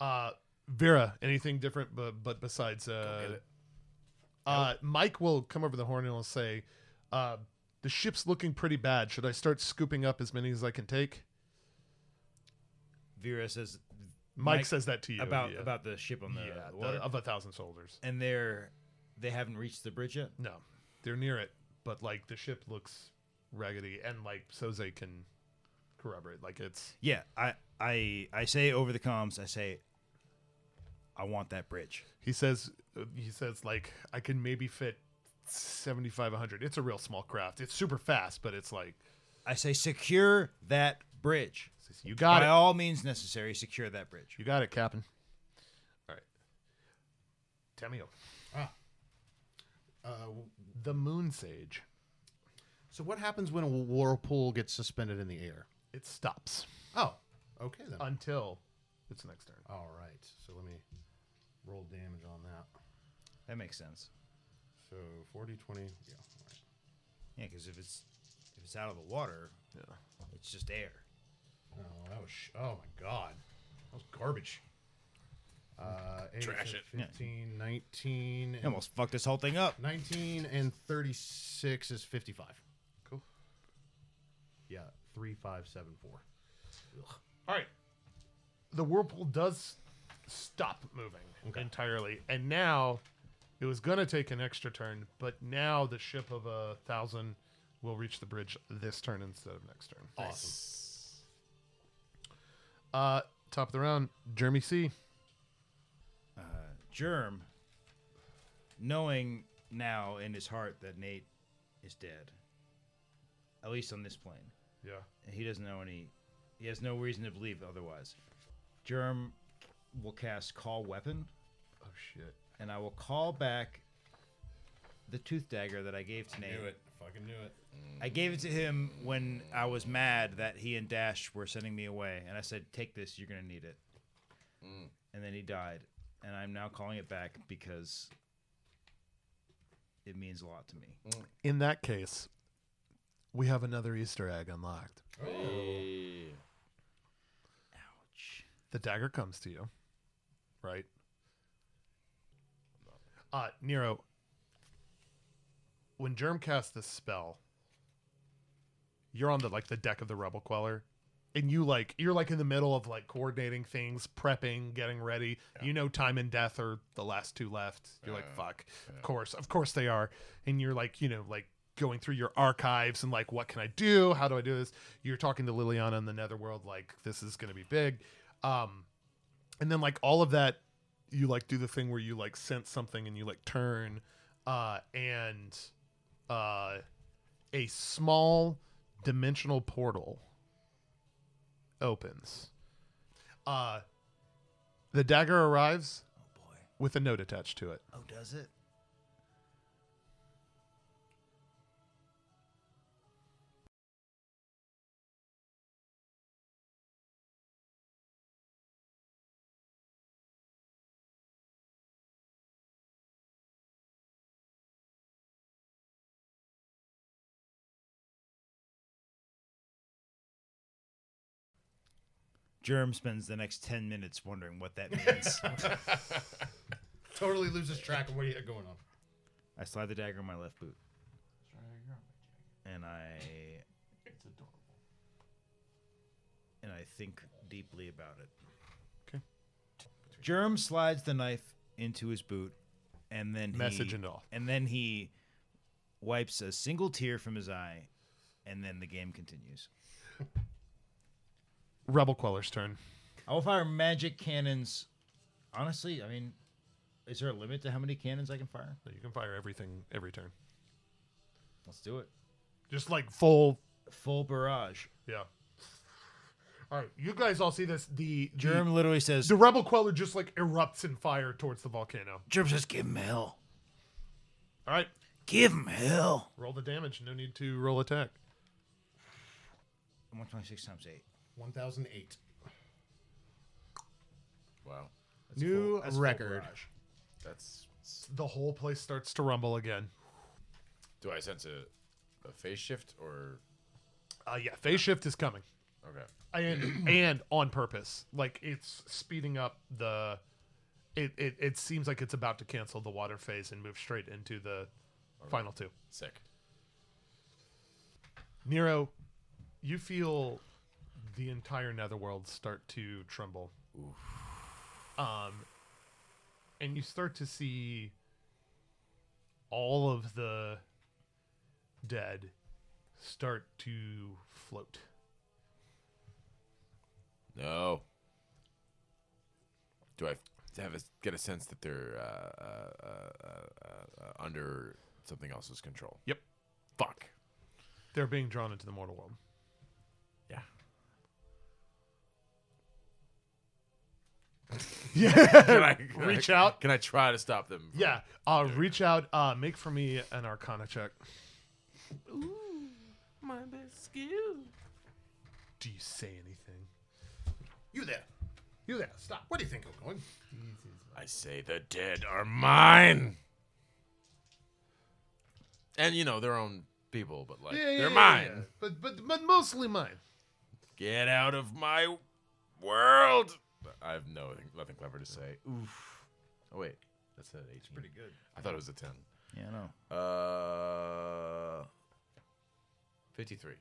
Speaker 3: Uh, Vera, anything different but but besides
Speaker 4: get
Speaker 3: uh,
Speaker 4: it.
Speaker 3: uh Mike will come over the horn and will say, uh, the ship's looking pretty bad. Should I start scooping up as many as I can take?
Speaker 6: Vera says
Speaker 3: Mike,
Speaker 6: Mike,
Speaker 3: says that to you
Speaker 6: about
Speaker 3: yeah.
Speaker 6: about the ship on the,
Speaker 3: yeah, the-
Speaker 6: water,
Speaker 3: of a thousand soldiers.
Speaker 6: and they're they haven't reached the bridge yet.
Speaker 3: No, they're near it, but like the ship looks raggedy, and like Soze can corroborate. Like it's
Speaker 6: Yeah, I I I say over the comms. I say I want that bridge.
Speaker 3: he says he says like I can maybe fit seventy five hundred. It's a real small craft. It's super fast, but it's like
Speaker 6: I say secure that bridge.
Speaker 3: says, you got
Speaker 6: By
Speaker 3: it.
Speaker 6: all means necessary, secure that bridge.
Speaker 3: You got it, Captain. All right. Tamio.
Speaker 7: Uh, w-
Speaker 3: The Moon Sage.
Speaker 7: so what happens when a whirlpool gets suspended in the air?
Speaker 3: It stops
Speaker 7: Oh, okay then.
Speaker 3: until its next turn.
Speaker 7: All right. So let me roll damage on that.
Speaker 6: That makes sense.
Speaker 7: So 40, 20. Yeah. all right.
Speaker 6: Yeah, because if it's if it's out of the water, it's just air.
Speaker 7: Oh, that was. Sh- oh my god, that was garbage. Uh, eight,
Speaker 4: Trash it.
Speaker 7: 15, 19,
Speaker 6: It almost fucked this whole thing up.
Speaker 7: 19 and 36 is 55. Cool. Yeah, 3574.
Speaker 3: All right. The whirlpool does stop moving
Speaker 7: Okay.
Speaker 3: entirely, and now it was going to take an extra turn, but now the ship of a thousand will reach the bridge this turn instead of next turn.
Speaker 7: Awesome.
Speaker 3: Uh, top of the round, Jeremy C.
Speaker 6: Germ, knowing now in his heart that Nate is dead, at least on this plane,
Speaker 3: Yeah.
Speaker 6: and he doesn't know any. He has no reason to believe otherwise. Germ will cast Call Weapon,
Speaker 3: Oh shit.
Speaker 6: and I will call back the tooth dagger that I gave to Nate.
Speaker 7: Fucking knew it.
Speaker 6: I gave it to him when I was mad that he and Dash were sending me away, and I said, "Take this, you're gonna need it."
Speaker 7: Mm.
Speaker 6: And then he died, and I'm now calling it back because it means a lot to me.
Speaker 3: In that case, we have another Easter egg unlocked.
Speaker 4: Hey.
Speaker 6: Ouch!
Speaker 3: The dagger comes to you, right? Uh, Nero, when Germ casts this spell, you're on the like the deck of the Rebel Queller, and you like you're like in the middle of like coordinating things, prepping, getting ready. You know, time and death are the last two left. You're like, fuck, of course, of course they are, and you're like, you know, like going through your archives and like, what can I do? How do I do this? You're talking to Liliana in the Netherworld, like this is gonna be big, um, and then like all of that, you like do the thing where you like sense something and you like turn, uh, and uh, a small dimensional portal opens. Uh, the dagger arrives
Speaker 6: Oh boy!
Speaker 3: with a note attached to it.
Speaker 6: Oh, does it? Germ spends the next ten minutes wondering what that means.
Speaker 7: Totally loses track of what you got going on.
Speaker 6: I slide the dagger in my left boot. and I. It's adorable. And I think deeply about it.
Speaker 3: Okay.
Speaker 6: Germ slides the knife into his boot, and then
Speaker 3: Message
Speaker 6: he,
Speaker 3: and all.
Speaker 6: and then he wipes a single tear from his eye, and then the game continues.
Speaker 3: Rebel Queller's turn.
Speaker 6: I will fire magic cannons. Honestly, I mean, is there a limit to how many cannons I can fire?
Speaker 3: So you can fire everything every turn.
Speaker 6: Let's do it.
Speaker 3: Just like full.
Speaker 6: Full barrage.
Speaker 3: Yeah. All right, you guys all see this. The the-
Speaker 6: Germ literally says,
Speaker 3: the rebel queller just like erupts in fire towards the volcano.
Speaker 6: Germ says, give him hell.
Speaker 3: All right,
Speaker 6: Give him hell.
Speaker 3: roll the damage. No need to roll attack.
Speaker 6: 126 times 8.
Speaker 7: 1008.
Speaker 4: Wow.
Speaker 7: New
Speaker 6: That's full
Speaker 7: record.
Speaker 6: barrage.
Speaker 4: That's.
Speaker 3: The whole place starts to rumble again.
Speaker 4: Do I sense a, a phase shift or.
Speaker 3: Uh, yeah, phase shift is coming,
Speaker 4: Okay.
Speaker 3: and and on purpose. Like it's speeding up the. It, it it seems like it's about to cancel the water phase and move straight into the final two.
Speaker 4: Sick.
Speaker 3: Nero, you feel the entire netherworld start to tremble. Um, and you start to see all of the dead start to float.
Speaker 4: No. Do I have a, get a sense that they're uh, uh, uh, uh, uh, under something else's control?
Speaker 3: Yep.
Speaker 4: Fuck.
Speaker 3: They're being drawn into the mortal world.
Speaker 4: Yeah.
Speaker 3: Yeah.
Speaker 4: Can I can
Speaker 3: Reach
Speaker 4: I-
Speaker 3: out.
Speaker 4: Can I try to stop them? from-
Speaker 3: yeah. Uh, reach out. Uh, make for me an arcana check. Ooh, my best skill. Do you say anything?
Speaker 7: You there. You there. Stop. Where do you think I'm going?
Speaker 4: I say the dead are mine. And you know their own people, but like
Speaker 3: Yeah, yeah,
Speaker 4: they're
Speaker 3: yeah,
Speaker 4: mine.
Speaker 3: yeah. But but but mostly mine.
Speaker 4: Get out of my world. I have no nothing clever to say. Oof. Oh wait, that's an eighteen. pretty good. I thought it was a ten.
Speaker 6: Yeah, I know.
Speaker 4: Uh, fifty-three.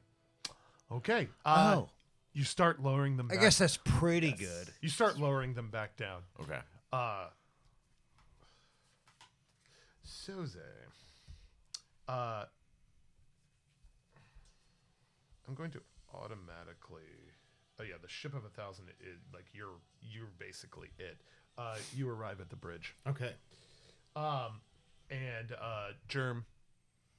Speaker 3: Okay. Uh,
Speaker 6: oh,
Speaker 3: You start lowering them.
Speaker 6: I
Speaker 3: Back.
Speaker 6: guess that's pretty good.
Speaker 3: you start lowering them back down.
Speaker 4: Okay.
Speaker 3: Uh. Soze. Uh. I'm going to automatically. Oh yeah, the ship of a thousand. Is, like you're you're basically it. Uh, you arrive at the bridge.
Speaker 7: Okay.
Speaker 3: Um, and uh, Germ,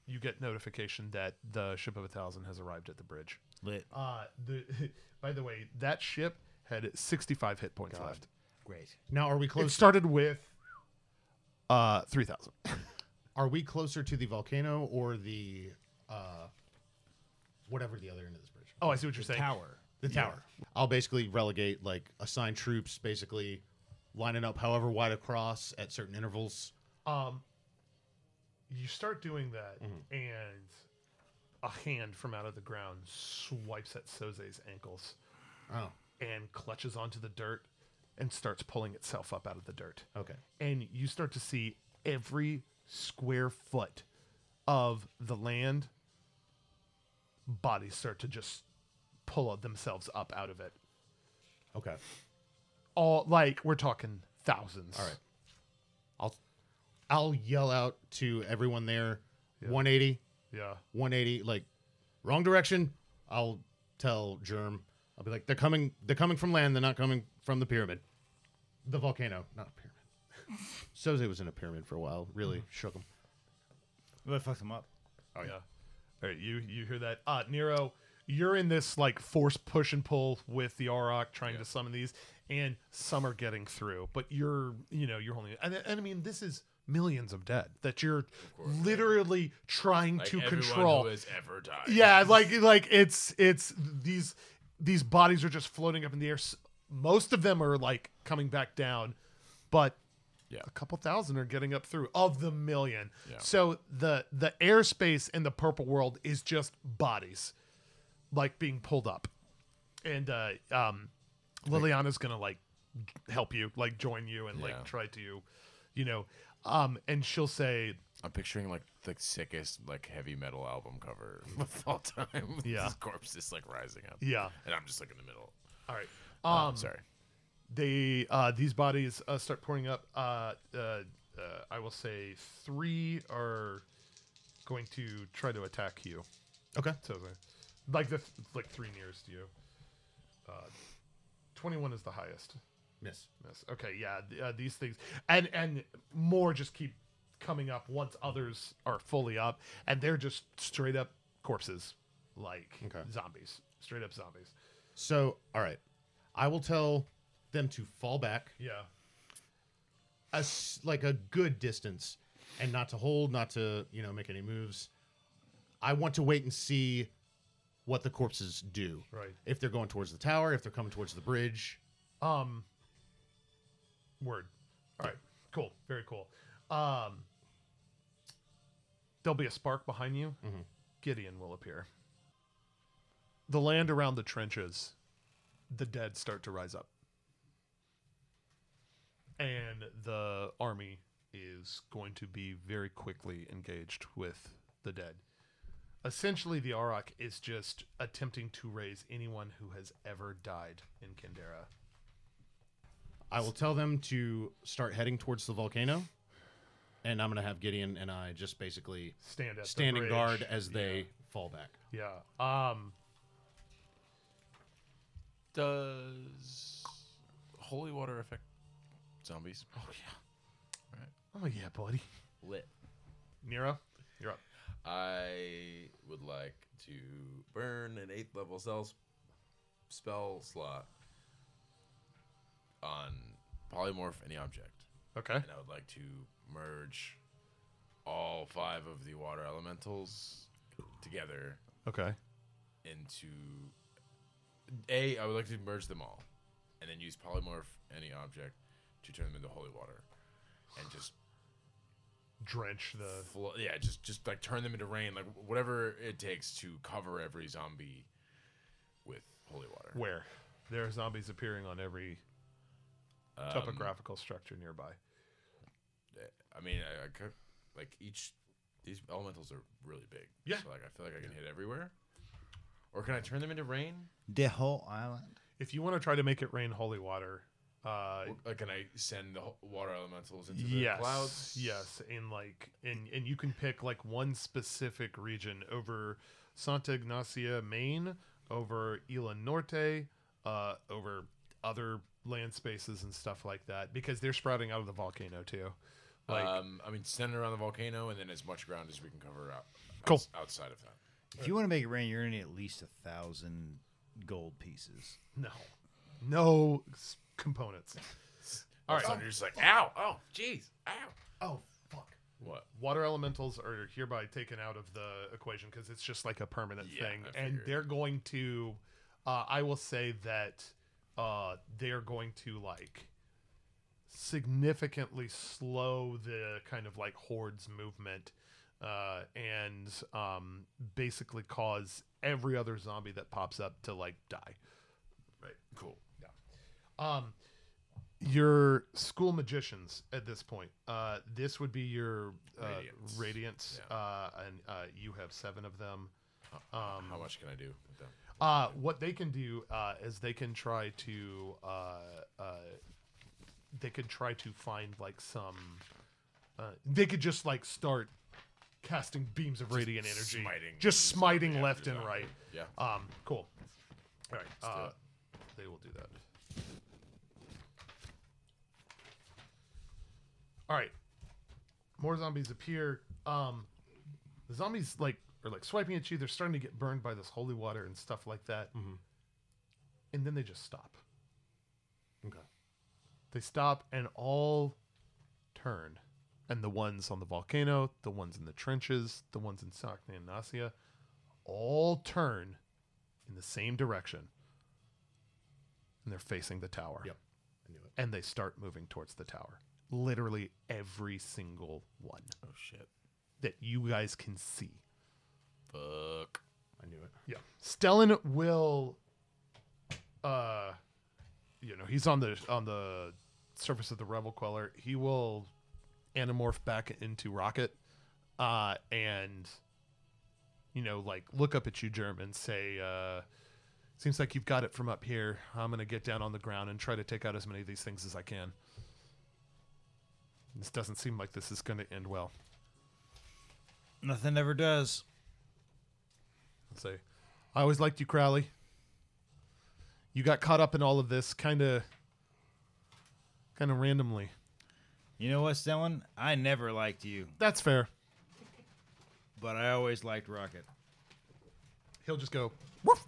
Speaker 3: you get notification that the ship of a thousand has arrived at the bridge.
Speaker 6: Lit.
Speaker 3: Uh, the by the way, that ship had 65 hit points left.
Speaker 6: Great.
Speaker 7: Now, are we
Speaker 3: It
Speaker 7: close?
Speaker 3: started with uh 3,000.
Speaker 7: Are we closer to the volcano or the uh, whatever the other end of this bridge?
Speaker 3: Oh, I see what you're saying.
Speaker 6: Tower.
Speaker 7: The tower. I'll basically relegate, like, assign troops, basically lining up however wide across at certain intervals.
Speaker 3: Um, you start doing that,
Speaker 7: Mm-hmm.
Speaker 3: and a hand from out of the ground swipes at Soze's ankles
Speaker 7: Oh,
Speaker 3: and clutches onto the dirt and starts pulling itself up out of the dirt.
Speaker 7: okay.
Speaker 3: and you start to see every square foot of the land bodies start to just pull themselves up out of it
Speaker 7: Okay.
Speaker 3: all like we're talking thousands
Speaker 7: All right. I'll I'll yell out to everyone there 180,
Speaker 3: yeah
Speaker 7: 180, like wrong direction. I'll tell Germ. I'll be like, they're coming. They're coming from land. They're not coming from the pyramid, the volcano, not a pyramid. Soze was in a pyramid for a while. Really shook him.
Speaker 6: Really fucked him up.
Speaker 3: oh yeah all right you you hear that uh nero you're in this like force push and pull with the auroch trying to summon these and some are getting through but you're you know you're holding and, and i mean this is millions of dead that you're literally trying
Speaker 4: Like
Speaker 3: to
Speaker 4: everyone
Speaker 3: control
Speaker 4: who has ever died.
Speaker 3: yeah like like it's it's these these bodies are just floating up in the air S- most of them are like coming back down but
Speaker 4: Yeah.
Speaker 3: a couple thousand are getting up through of the million
Speaker 4: Yeah.
Speaker 3: so the the airspace in the purple world is just bodies like being pulled up and uh um liliana's gonna like help you like join you and
Speaker 4: Yeah.
Speaker 3: like try to you know Um, and she'll say,
Speaker 4: I'm picturing like the sickest like heavy metal album cover of all time. with
Speaker 3: Yeah.
Speaker 4: this corpse is like rising up.
Speaker 3: "Yeah,
Speaker 4: and I'm just like in the middle.
Speaker 3: all right." Um,
Speaker 4: Sorry.
Speaker 3: they uh, these bodies uh, start pouring up. Uh, uh, uh, I will say three are going to try to attack you.
Speaker 7: Okay.
Speaker 3: So the- like the th- like three nearest to you. Uh, Twenty one is the highest.
Speaker 7: Miss.
Speaker 3: Yes. Okay. Yeah. th- Uh, these things and and more just keep coming up once others are fully up, and they're just straight up corpses, like
Speaker 7: Okay.
Speaker 3: zombies, straight up zombies.
Speaker 7: So, all right. I will tell them to fall back
Speaker 3: Yeah.
Speaker 7: a s like a good distance and not to hold, not to, you know, make any moves. I want to wait and see what the corpses do.
Speaker 3: Right.
Speaker 7: If they're going towards the tower, if they're coming towards the bridge.
Speaker 3: Um. Word. All right. Cool. Very cool. Um. There'll be a spark behind you.
Speaker 7: Mm-hmm.
Speaker 3: Gideon will appear. The land around the trenches, the dead start to rise up, and the army is going to be very quickly engaged with the dead. Essentially, the Auroch is just attempting to raise anyone who has ever died in Kandera.
Speaker 7: I will tell them to start heading towards the volcano. And I'm going to have Gideon and I just basically
Speaker 3: stand at the
Speaker 7: standing
Speaker 3: bridge.
Speaker 7: guard as they fall back.
Speaker 3: Yeah. Um.
Speaker 4: Does holy water affect zombies? Oh yeah.
Speaker 3: Oh yeah, buddy.
Speaker 4: Lit.
Speaker 3: Nero, you're up.
Speaker 4: I would like to burn an eighth level spell spell slot on polymorph any object.
Speaker 3: Okay.
Speaker 4: and I would like to merge all five of the water elementals together
Speaker 3: Okay.
Speaker 4: into a. I would like to merge them all, and then use polymorph any object to turn them into holy water, and just
Speaker 3: Drench the.
Speaker 4: flo- yeah, just just like turn them into rain, like whatever it takes to cover every zombie with holy water.
Speaker 3: Where? There are zombies appearing on every
Speaker 4: Um,
Speaker 3: topographical structure nearby.
Speaker 4: I mean, I, I could like each. These elementals are really big.
Speaker 3: Yeah.
Speaker 4: So like, I feel like I can hit everywhere. Or can I turn them into rain?
Speaker 6: The whole island.
Speaker 3: If you want to try to make it rain holy water, uh,
Speaker 4: Or- Like, can I send the ho- water elementals into the
Speaker 3: yes,
Speaker 4: clouds?
Speaker 3: yes, in like, and and you can pick like one specific region over Santa Ignacia, Maine, over Isla Norte, uh, over other land spaces and stuff like that because they're sprouting out of the volcano too. Like,
Speaker 4: um, I mean, send it around the volcano and then as much ground as we can cover out,
Speaker 3: Cool.
Speaker 4: outs- outside of that.
Speaker 6: If you want to make it rain, you're gonna need at least a thousand gold pieces.
Speaker 3: No. No s- components.
Speaker 4: All right. you're just like, ow, oh, jeez, ow.
Speaker 7: Oh, fuck.
Speaker 4: What?
Speaker 3: Water elementals are hereby taken out of the equation because it's just like a permanent
Speaker 4: Yeah,
Speaker 3: thing.
Speaker 4: I
Speaker 3: And
Speaker 4: figured.
Speaker 3: they're going to, uh, I will say that uh, they're going to like significantly slow the kind of like hordes movement uh, and um, basically cause every other zombie that pops up to like die.
Speaker 4: Right. Cool. Yeah.
Speaker 3: Um, your school magicians at this point. Uh, this would be your uh,
Speaker 4: Radiance.
Speaker 3: radiance, uh, and uh, you have seven of them.
Speaker 4: How much can I do with them?
Speaker 3: Uh, what they can do uh, is they can try to uh, uh, they could try to find like some. Uh, they could just like start casting beams of radiant energy,
Speaker 4: smiting
Speaker 3: just smiting
Speaker 4: zombie
Speaker 3: left
Speaker 4: after
Speaker 3: and
Speaker 4: zombie.
Speaker 3: right.
Speaker 4: Yeah.
Speaker 3: Um, cool. All right.
Speaker 4: do
Speaker 3: Uh,
Speaker 4: it.
Speaker 3: they will do that. All right. More zombies appear. Um, the zombies like are like swiping at you. They're starting to get burned by this holy water and stuff like that. And then they just stop.
Speaker 7: Okay.
Speaker 3: They stop and all turn. And the ones on the volcano, the ones in the trenches, the ones in Sakne and Nasia, all turn in the same direction. And they're facing the tower.
Speaker 7: Yep. I knew it.
Speaker 3: And they start moving towards the tower. Literally every single one
Speaker 4: Oh, shit.
Speaker 3: that you guys can see.
Speaker 4: Fuck.
Speaker 7: I knew it.
Speaker 3: Yeah. Stellan will uh you know, he's on the on the surface of the rebel queller. He will anamorph back into Rocket, uh, and you know, like look up at you, Germ, and say, uh, "Seems like you've got it from up here. I'm gonna get down on the ground and try to take out as many of these things as I can." This doesn't seem like this is going to end well.
Speaker 6: Nothing ever does.
Speaker 3: I'll say, I always liked you, Crowley. You got caught up in all of this, kind of, kind of randomly.
Speaker 6: You know what, Stellan? I never liked you,
Speaker 3: That's fair.
Speaker 6: but I always liked Rocket.
Speaker 3: He'll just go, woof,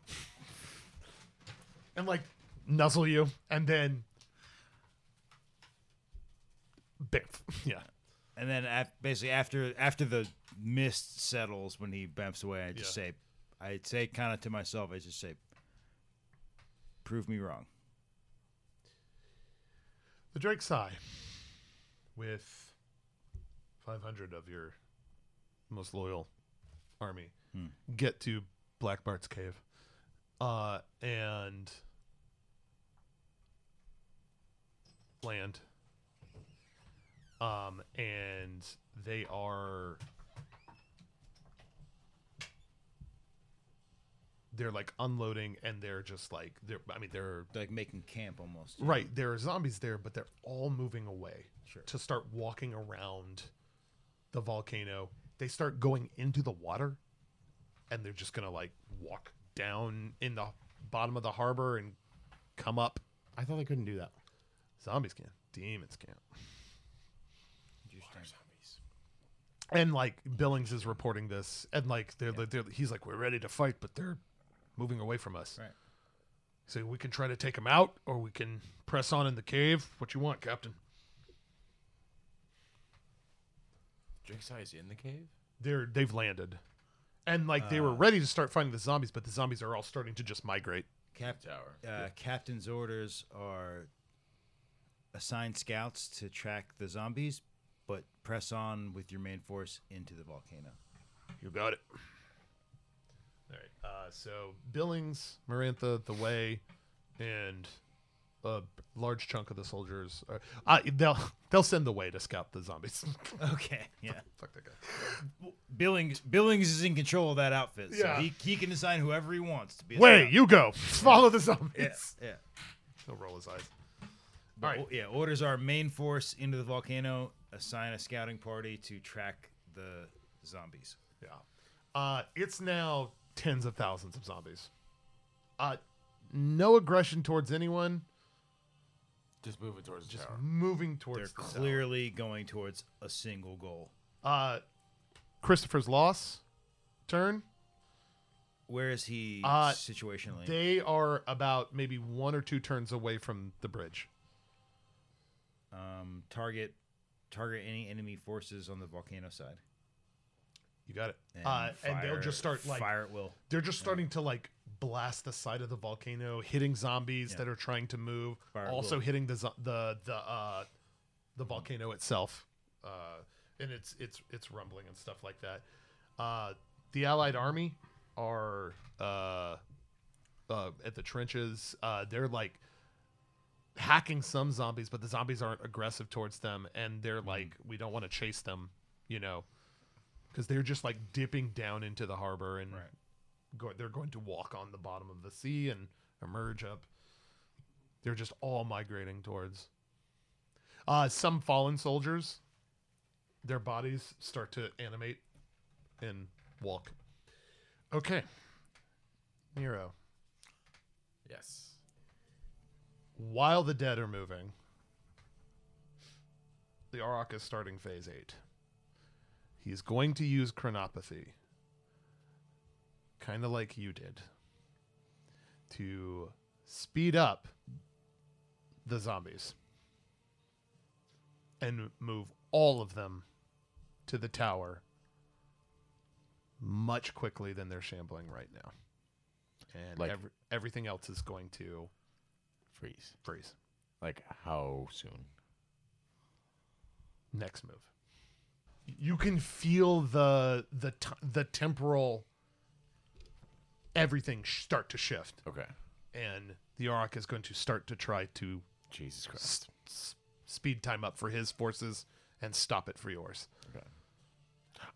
Speaker 3: and like nuzzle you, and then, biff. Yeah,
Speaker 6: And then af- basically after after the mist settles when he bumps away, I just
Speaker 3: Yeah.
Speaker 6: say, I say kind of to myself, I just say, prove me wrong.
Speaker 3: the Drake sigh, with five hundred of your most loyal army, get to Black Bart's cave, uh, and land. Um, and they are they're like unloading and they're just like they're I mean they're
Speaker 6: Like making camp almost.
Speaker 3: Right, there are zombies there, but they're all moving away to start walking around the volcano. They start going into the water, and they're just gonna like walk down in the bottom of the harbor and come up.
Speaker 7: I thought they couldn't do that.
Speaker 3: Zombies can't, demons can't.
Speaker 6: Interesting.
Speaker 3: And like Billings is reporting this, and like they're, they're he's like, we're ready to fight, but they're moving away from us.
Speaker 6: Right.
Speaker 3: So we can try to take them out, or we can press on in the cave. What you want, Captain?
Speaker 4: Drake's eyes in the cave.
Speaker 3: they're they've landed, and like they were ready to start fighting the zombies, but the zombies are all starting to just migrate.
Speaker 6: Cap-
Speaker 4: Tower.
Speaker 6: uh, captain's orders are assign scouts to track the zombies, but press on with your main force into the volcano.
Speaker 3: You got it. All right. Uh, so Billings, Marantha, the way, and a large chunk of the soldiers. Are, uh, they'll they'll send the way to scout the zombies.
Speaker 6: Okay. Yeah.
Speaker 3: Fuck that guy.
Speaker 6: Billings Billings is in control of that outfit, so
Speaker 3: Yeah.
Speaker 6: he, he can assign whoever he wants to be. a
Speaker 3: Way
Speaker 6: scout.
Speaker 3: you go. Follow the zombies.
Speaker 6: Yeah. yeah.
Speaker 3: He'll roll his eyes.
Speaker 6: But,
Speaker 3: All right.
Speaker 6: o- Yeah. Orders are main force into the volcano. Assign a scouting party to track the zombies.
Speaker 3: Yeah. Uh, it's now tens of thousands of zombies. Uh, no aggression towards anyone.
Speaker 4: Just moving towards the
Speaker 3: Just
Speaker 4: tower.
Speaker 3: moving
Speaker 6: They're
Speaker 3: towards the tower.
Speaker 6: clearly going towards a single goal.
Speaker 3: Uh, Christopher's loss turn.
Speaker 6: Where is he
Speaker 3: Uh,
Speaker 6: situationally?
Speaker 3: They are about maybe one or two turns away from the bridge.
Speaker 6: um, target target any enemy forces on the volcano side.
Speaker 3: You got it.
Speaker 6: And,
Speaker 3: uh, and they'll
Speaker 6: fire-
Speaker 3: just start like
Speaker 6: fire at will.
Speaker 3: they're just starting to like blast the side of the volcano, hitting zombies that are trying to move,
Speaker 6: Fire at
Speaker 3: also
Speaker 6: will.
Speaker 3: hitting the zo- the the uh, the volcano itself, uh, and it's it's it's rumbling and stuff like that. Uh, the Allied army are uh, uh, at the trenches. Uh, they're like hacking some zombies, but the zombies aren't aggressive towards them, and they're like, we don't want to chase them, you know, because they're just like dipping down into the harbor and
Speaker 6: Right.
Speaker 3: go, they're going to walk on the bottom of the sea and emerge up. They're just all migrating towards. Uh, some fallen soldiers, their bodies start to animate and walk. Okay. Nero,
Speaker 4: Yes.
Speaker 3: while the dead are moving, the Auroch is starting phase eight. He's going to use chronopathy, kind of like you did, to speed up the zombies and move all of them to the tower much quickly than they're shambling right now. And
Speaker 4: Like-
Speaker 3: every, everything else is going to
Speaker 4: Freeze.
Speaker 3: freeze.
Speaker 4: Like how soon?
Speaker 3: next move. You can feel the the t- the temporal everything sh- start to shift,
Speaker 4: Okay.
Speaker 3: and the Auroch is going to start to try to
Speaker 4: Jesus Christ.
Speaker 3: s- s- speed time up for his forces and stop it for yours.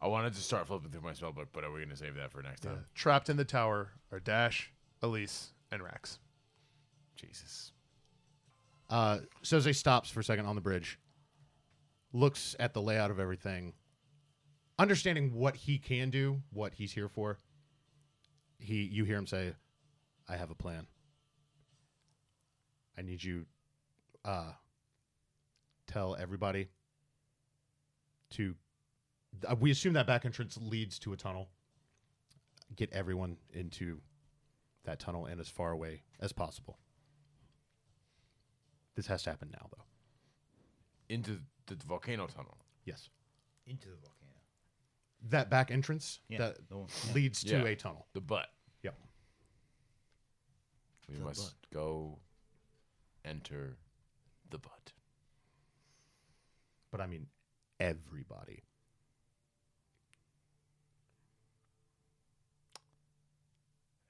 Speaker 4: I wanted to start flipping through my spell book, but are we going to save that for next time?
Speaker 3: Uh, Trapped in the tower are Dash, Elise, and Rax.
Speaker 4: Jesus.
Speaker 7: Uh, Soze stops for a second on the bridge, looks at the layout of everything, understanding what he can do, what he's here for. He, you hear him say, "I have a plan. I need you, uh, tell everybody to." uh, We assume that back entrance leads to a tunnel. Get everyone into that tunnel and as far away as possible. This has to happen now, though.
Speaker 4: Into the volcano tunnel.
Speaker 7: Yes.
Speaker 6: Into the volcano.
Speaker 7: That back entrance
Speaker 6: Yeah,
Speaker 7: that
Speaker 6: the one- yeah.
Speaker 7: leads to
Speaker 4: Yeah.
Speaker 7: a tunnel.
Speaker 4: The butt.
Speaker 7: Yep.
Speaker 4: We must go enter the butt.
Speaker 7: But I mean, everybody.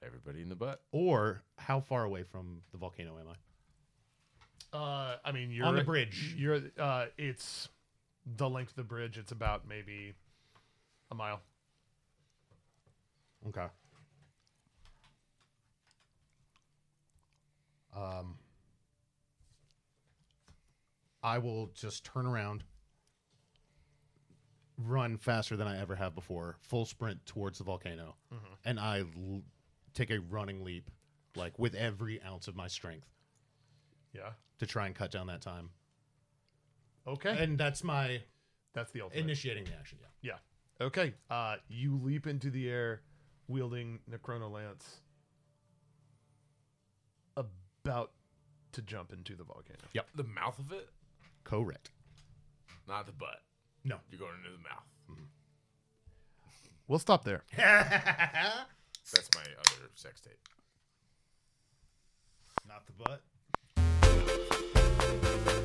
Speaker 4: Everybody in the butt.
Speaker 7: Or how far away from the volcano am I?
Speaker 3: Uh, I mean, you're
Speaker 7: the bridge.
Speaker 3: You're uh, it's the length of the bridge. It's about maybe a mile.
Speaker 7: Okay. Um, I will just turn around, run faster than I ever have before, full sprint towards the volcano,
Speaker 6: Mm-hmm.
Speaker 7: and I l- take a running leap, like with every ounce of my strength,
Speaker 3: Yeah.
Speaker 7: to try and cut down that time.
Speaker 3: Okay.
Speaker 7: And that's my
Speaker 3: That's the ultimate.
Speaker 7: initiating reaction. Yeah.
Speaker 3: yeah. Okay. Uh, you leap into the air, wielding Necrono Lance, about to jump into the volcano.
Speaker 4: The mouth of it,
Speaker 7: Correct.
Speaker 4: not the butt.
Speaker 7: No.
Speaker 4: You're going into the mouth.
Speaker 3: We'll stop there.
Speaker 4: That's my other sex tape.
Speaker 6: Not the butt.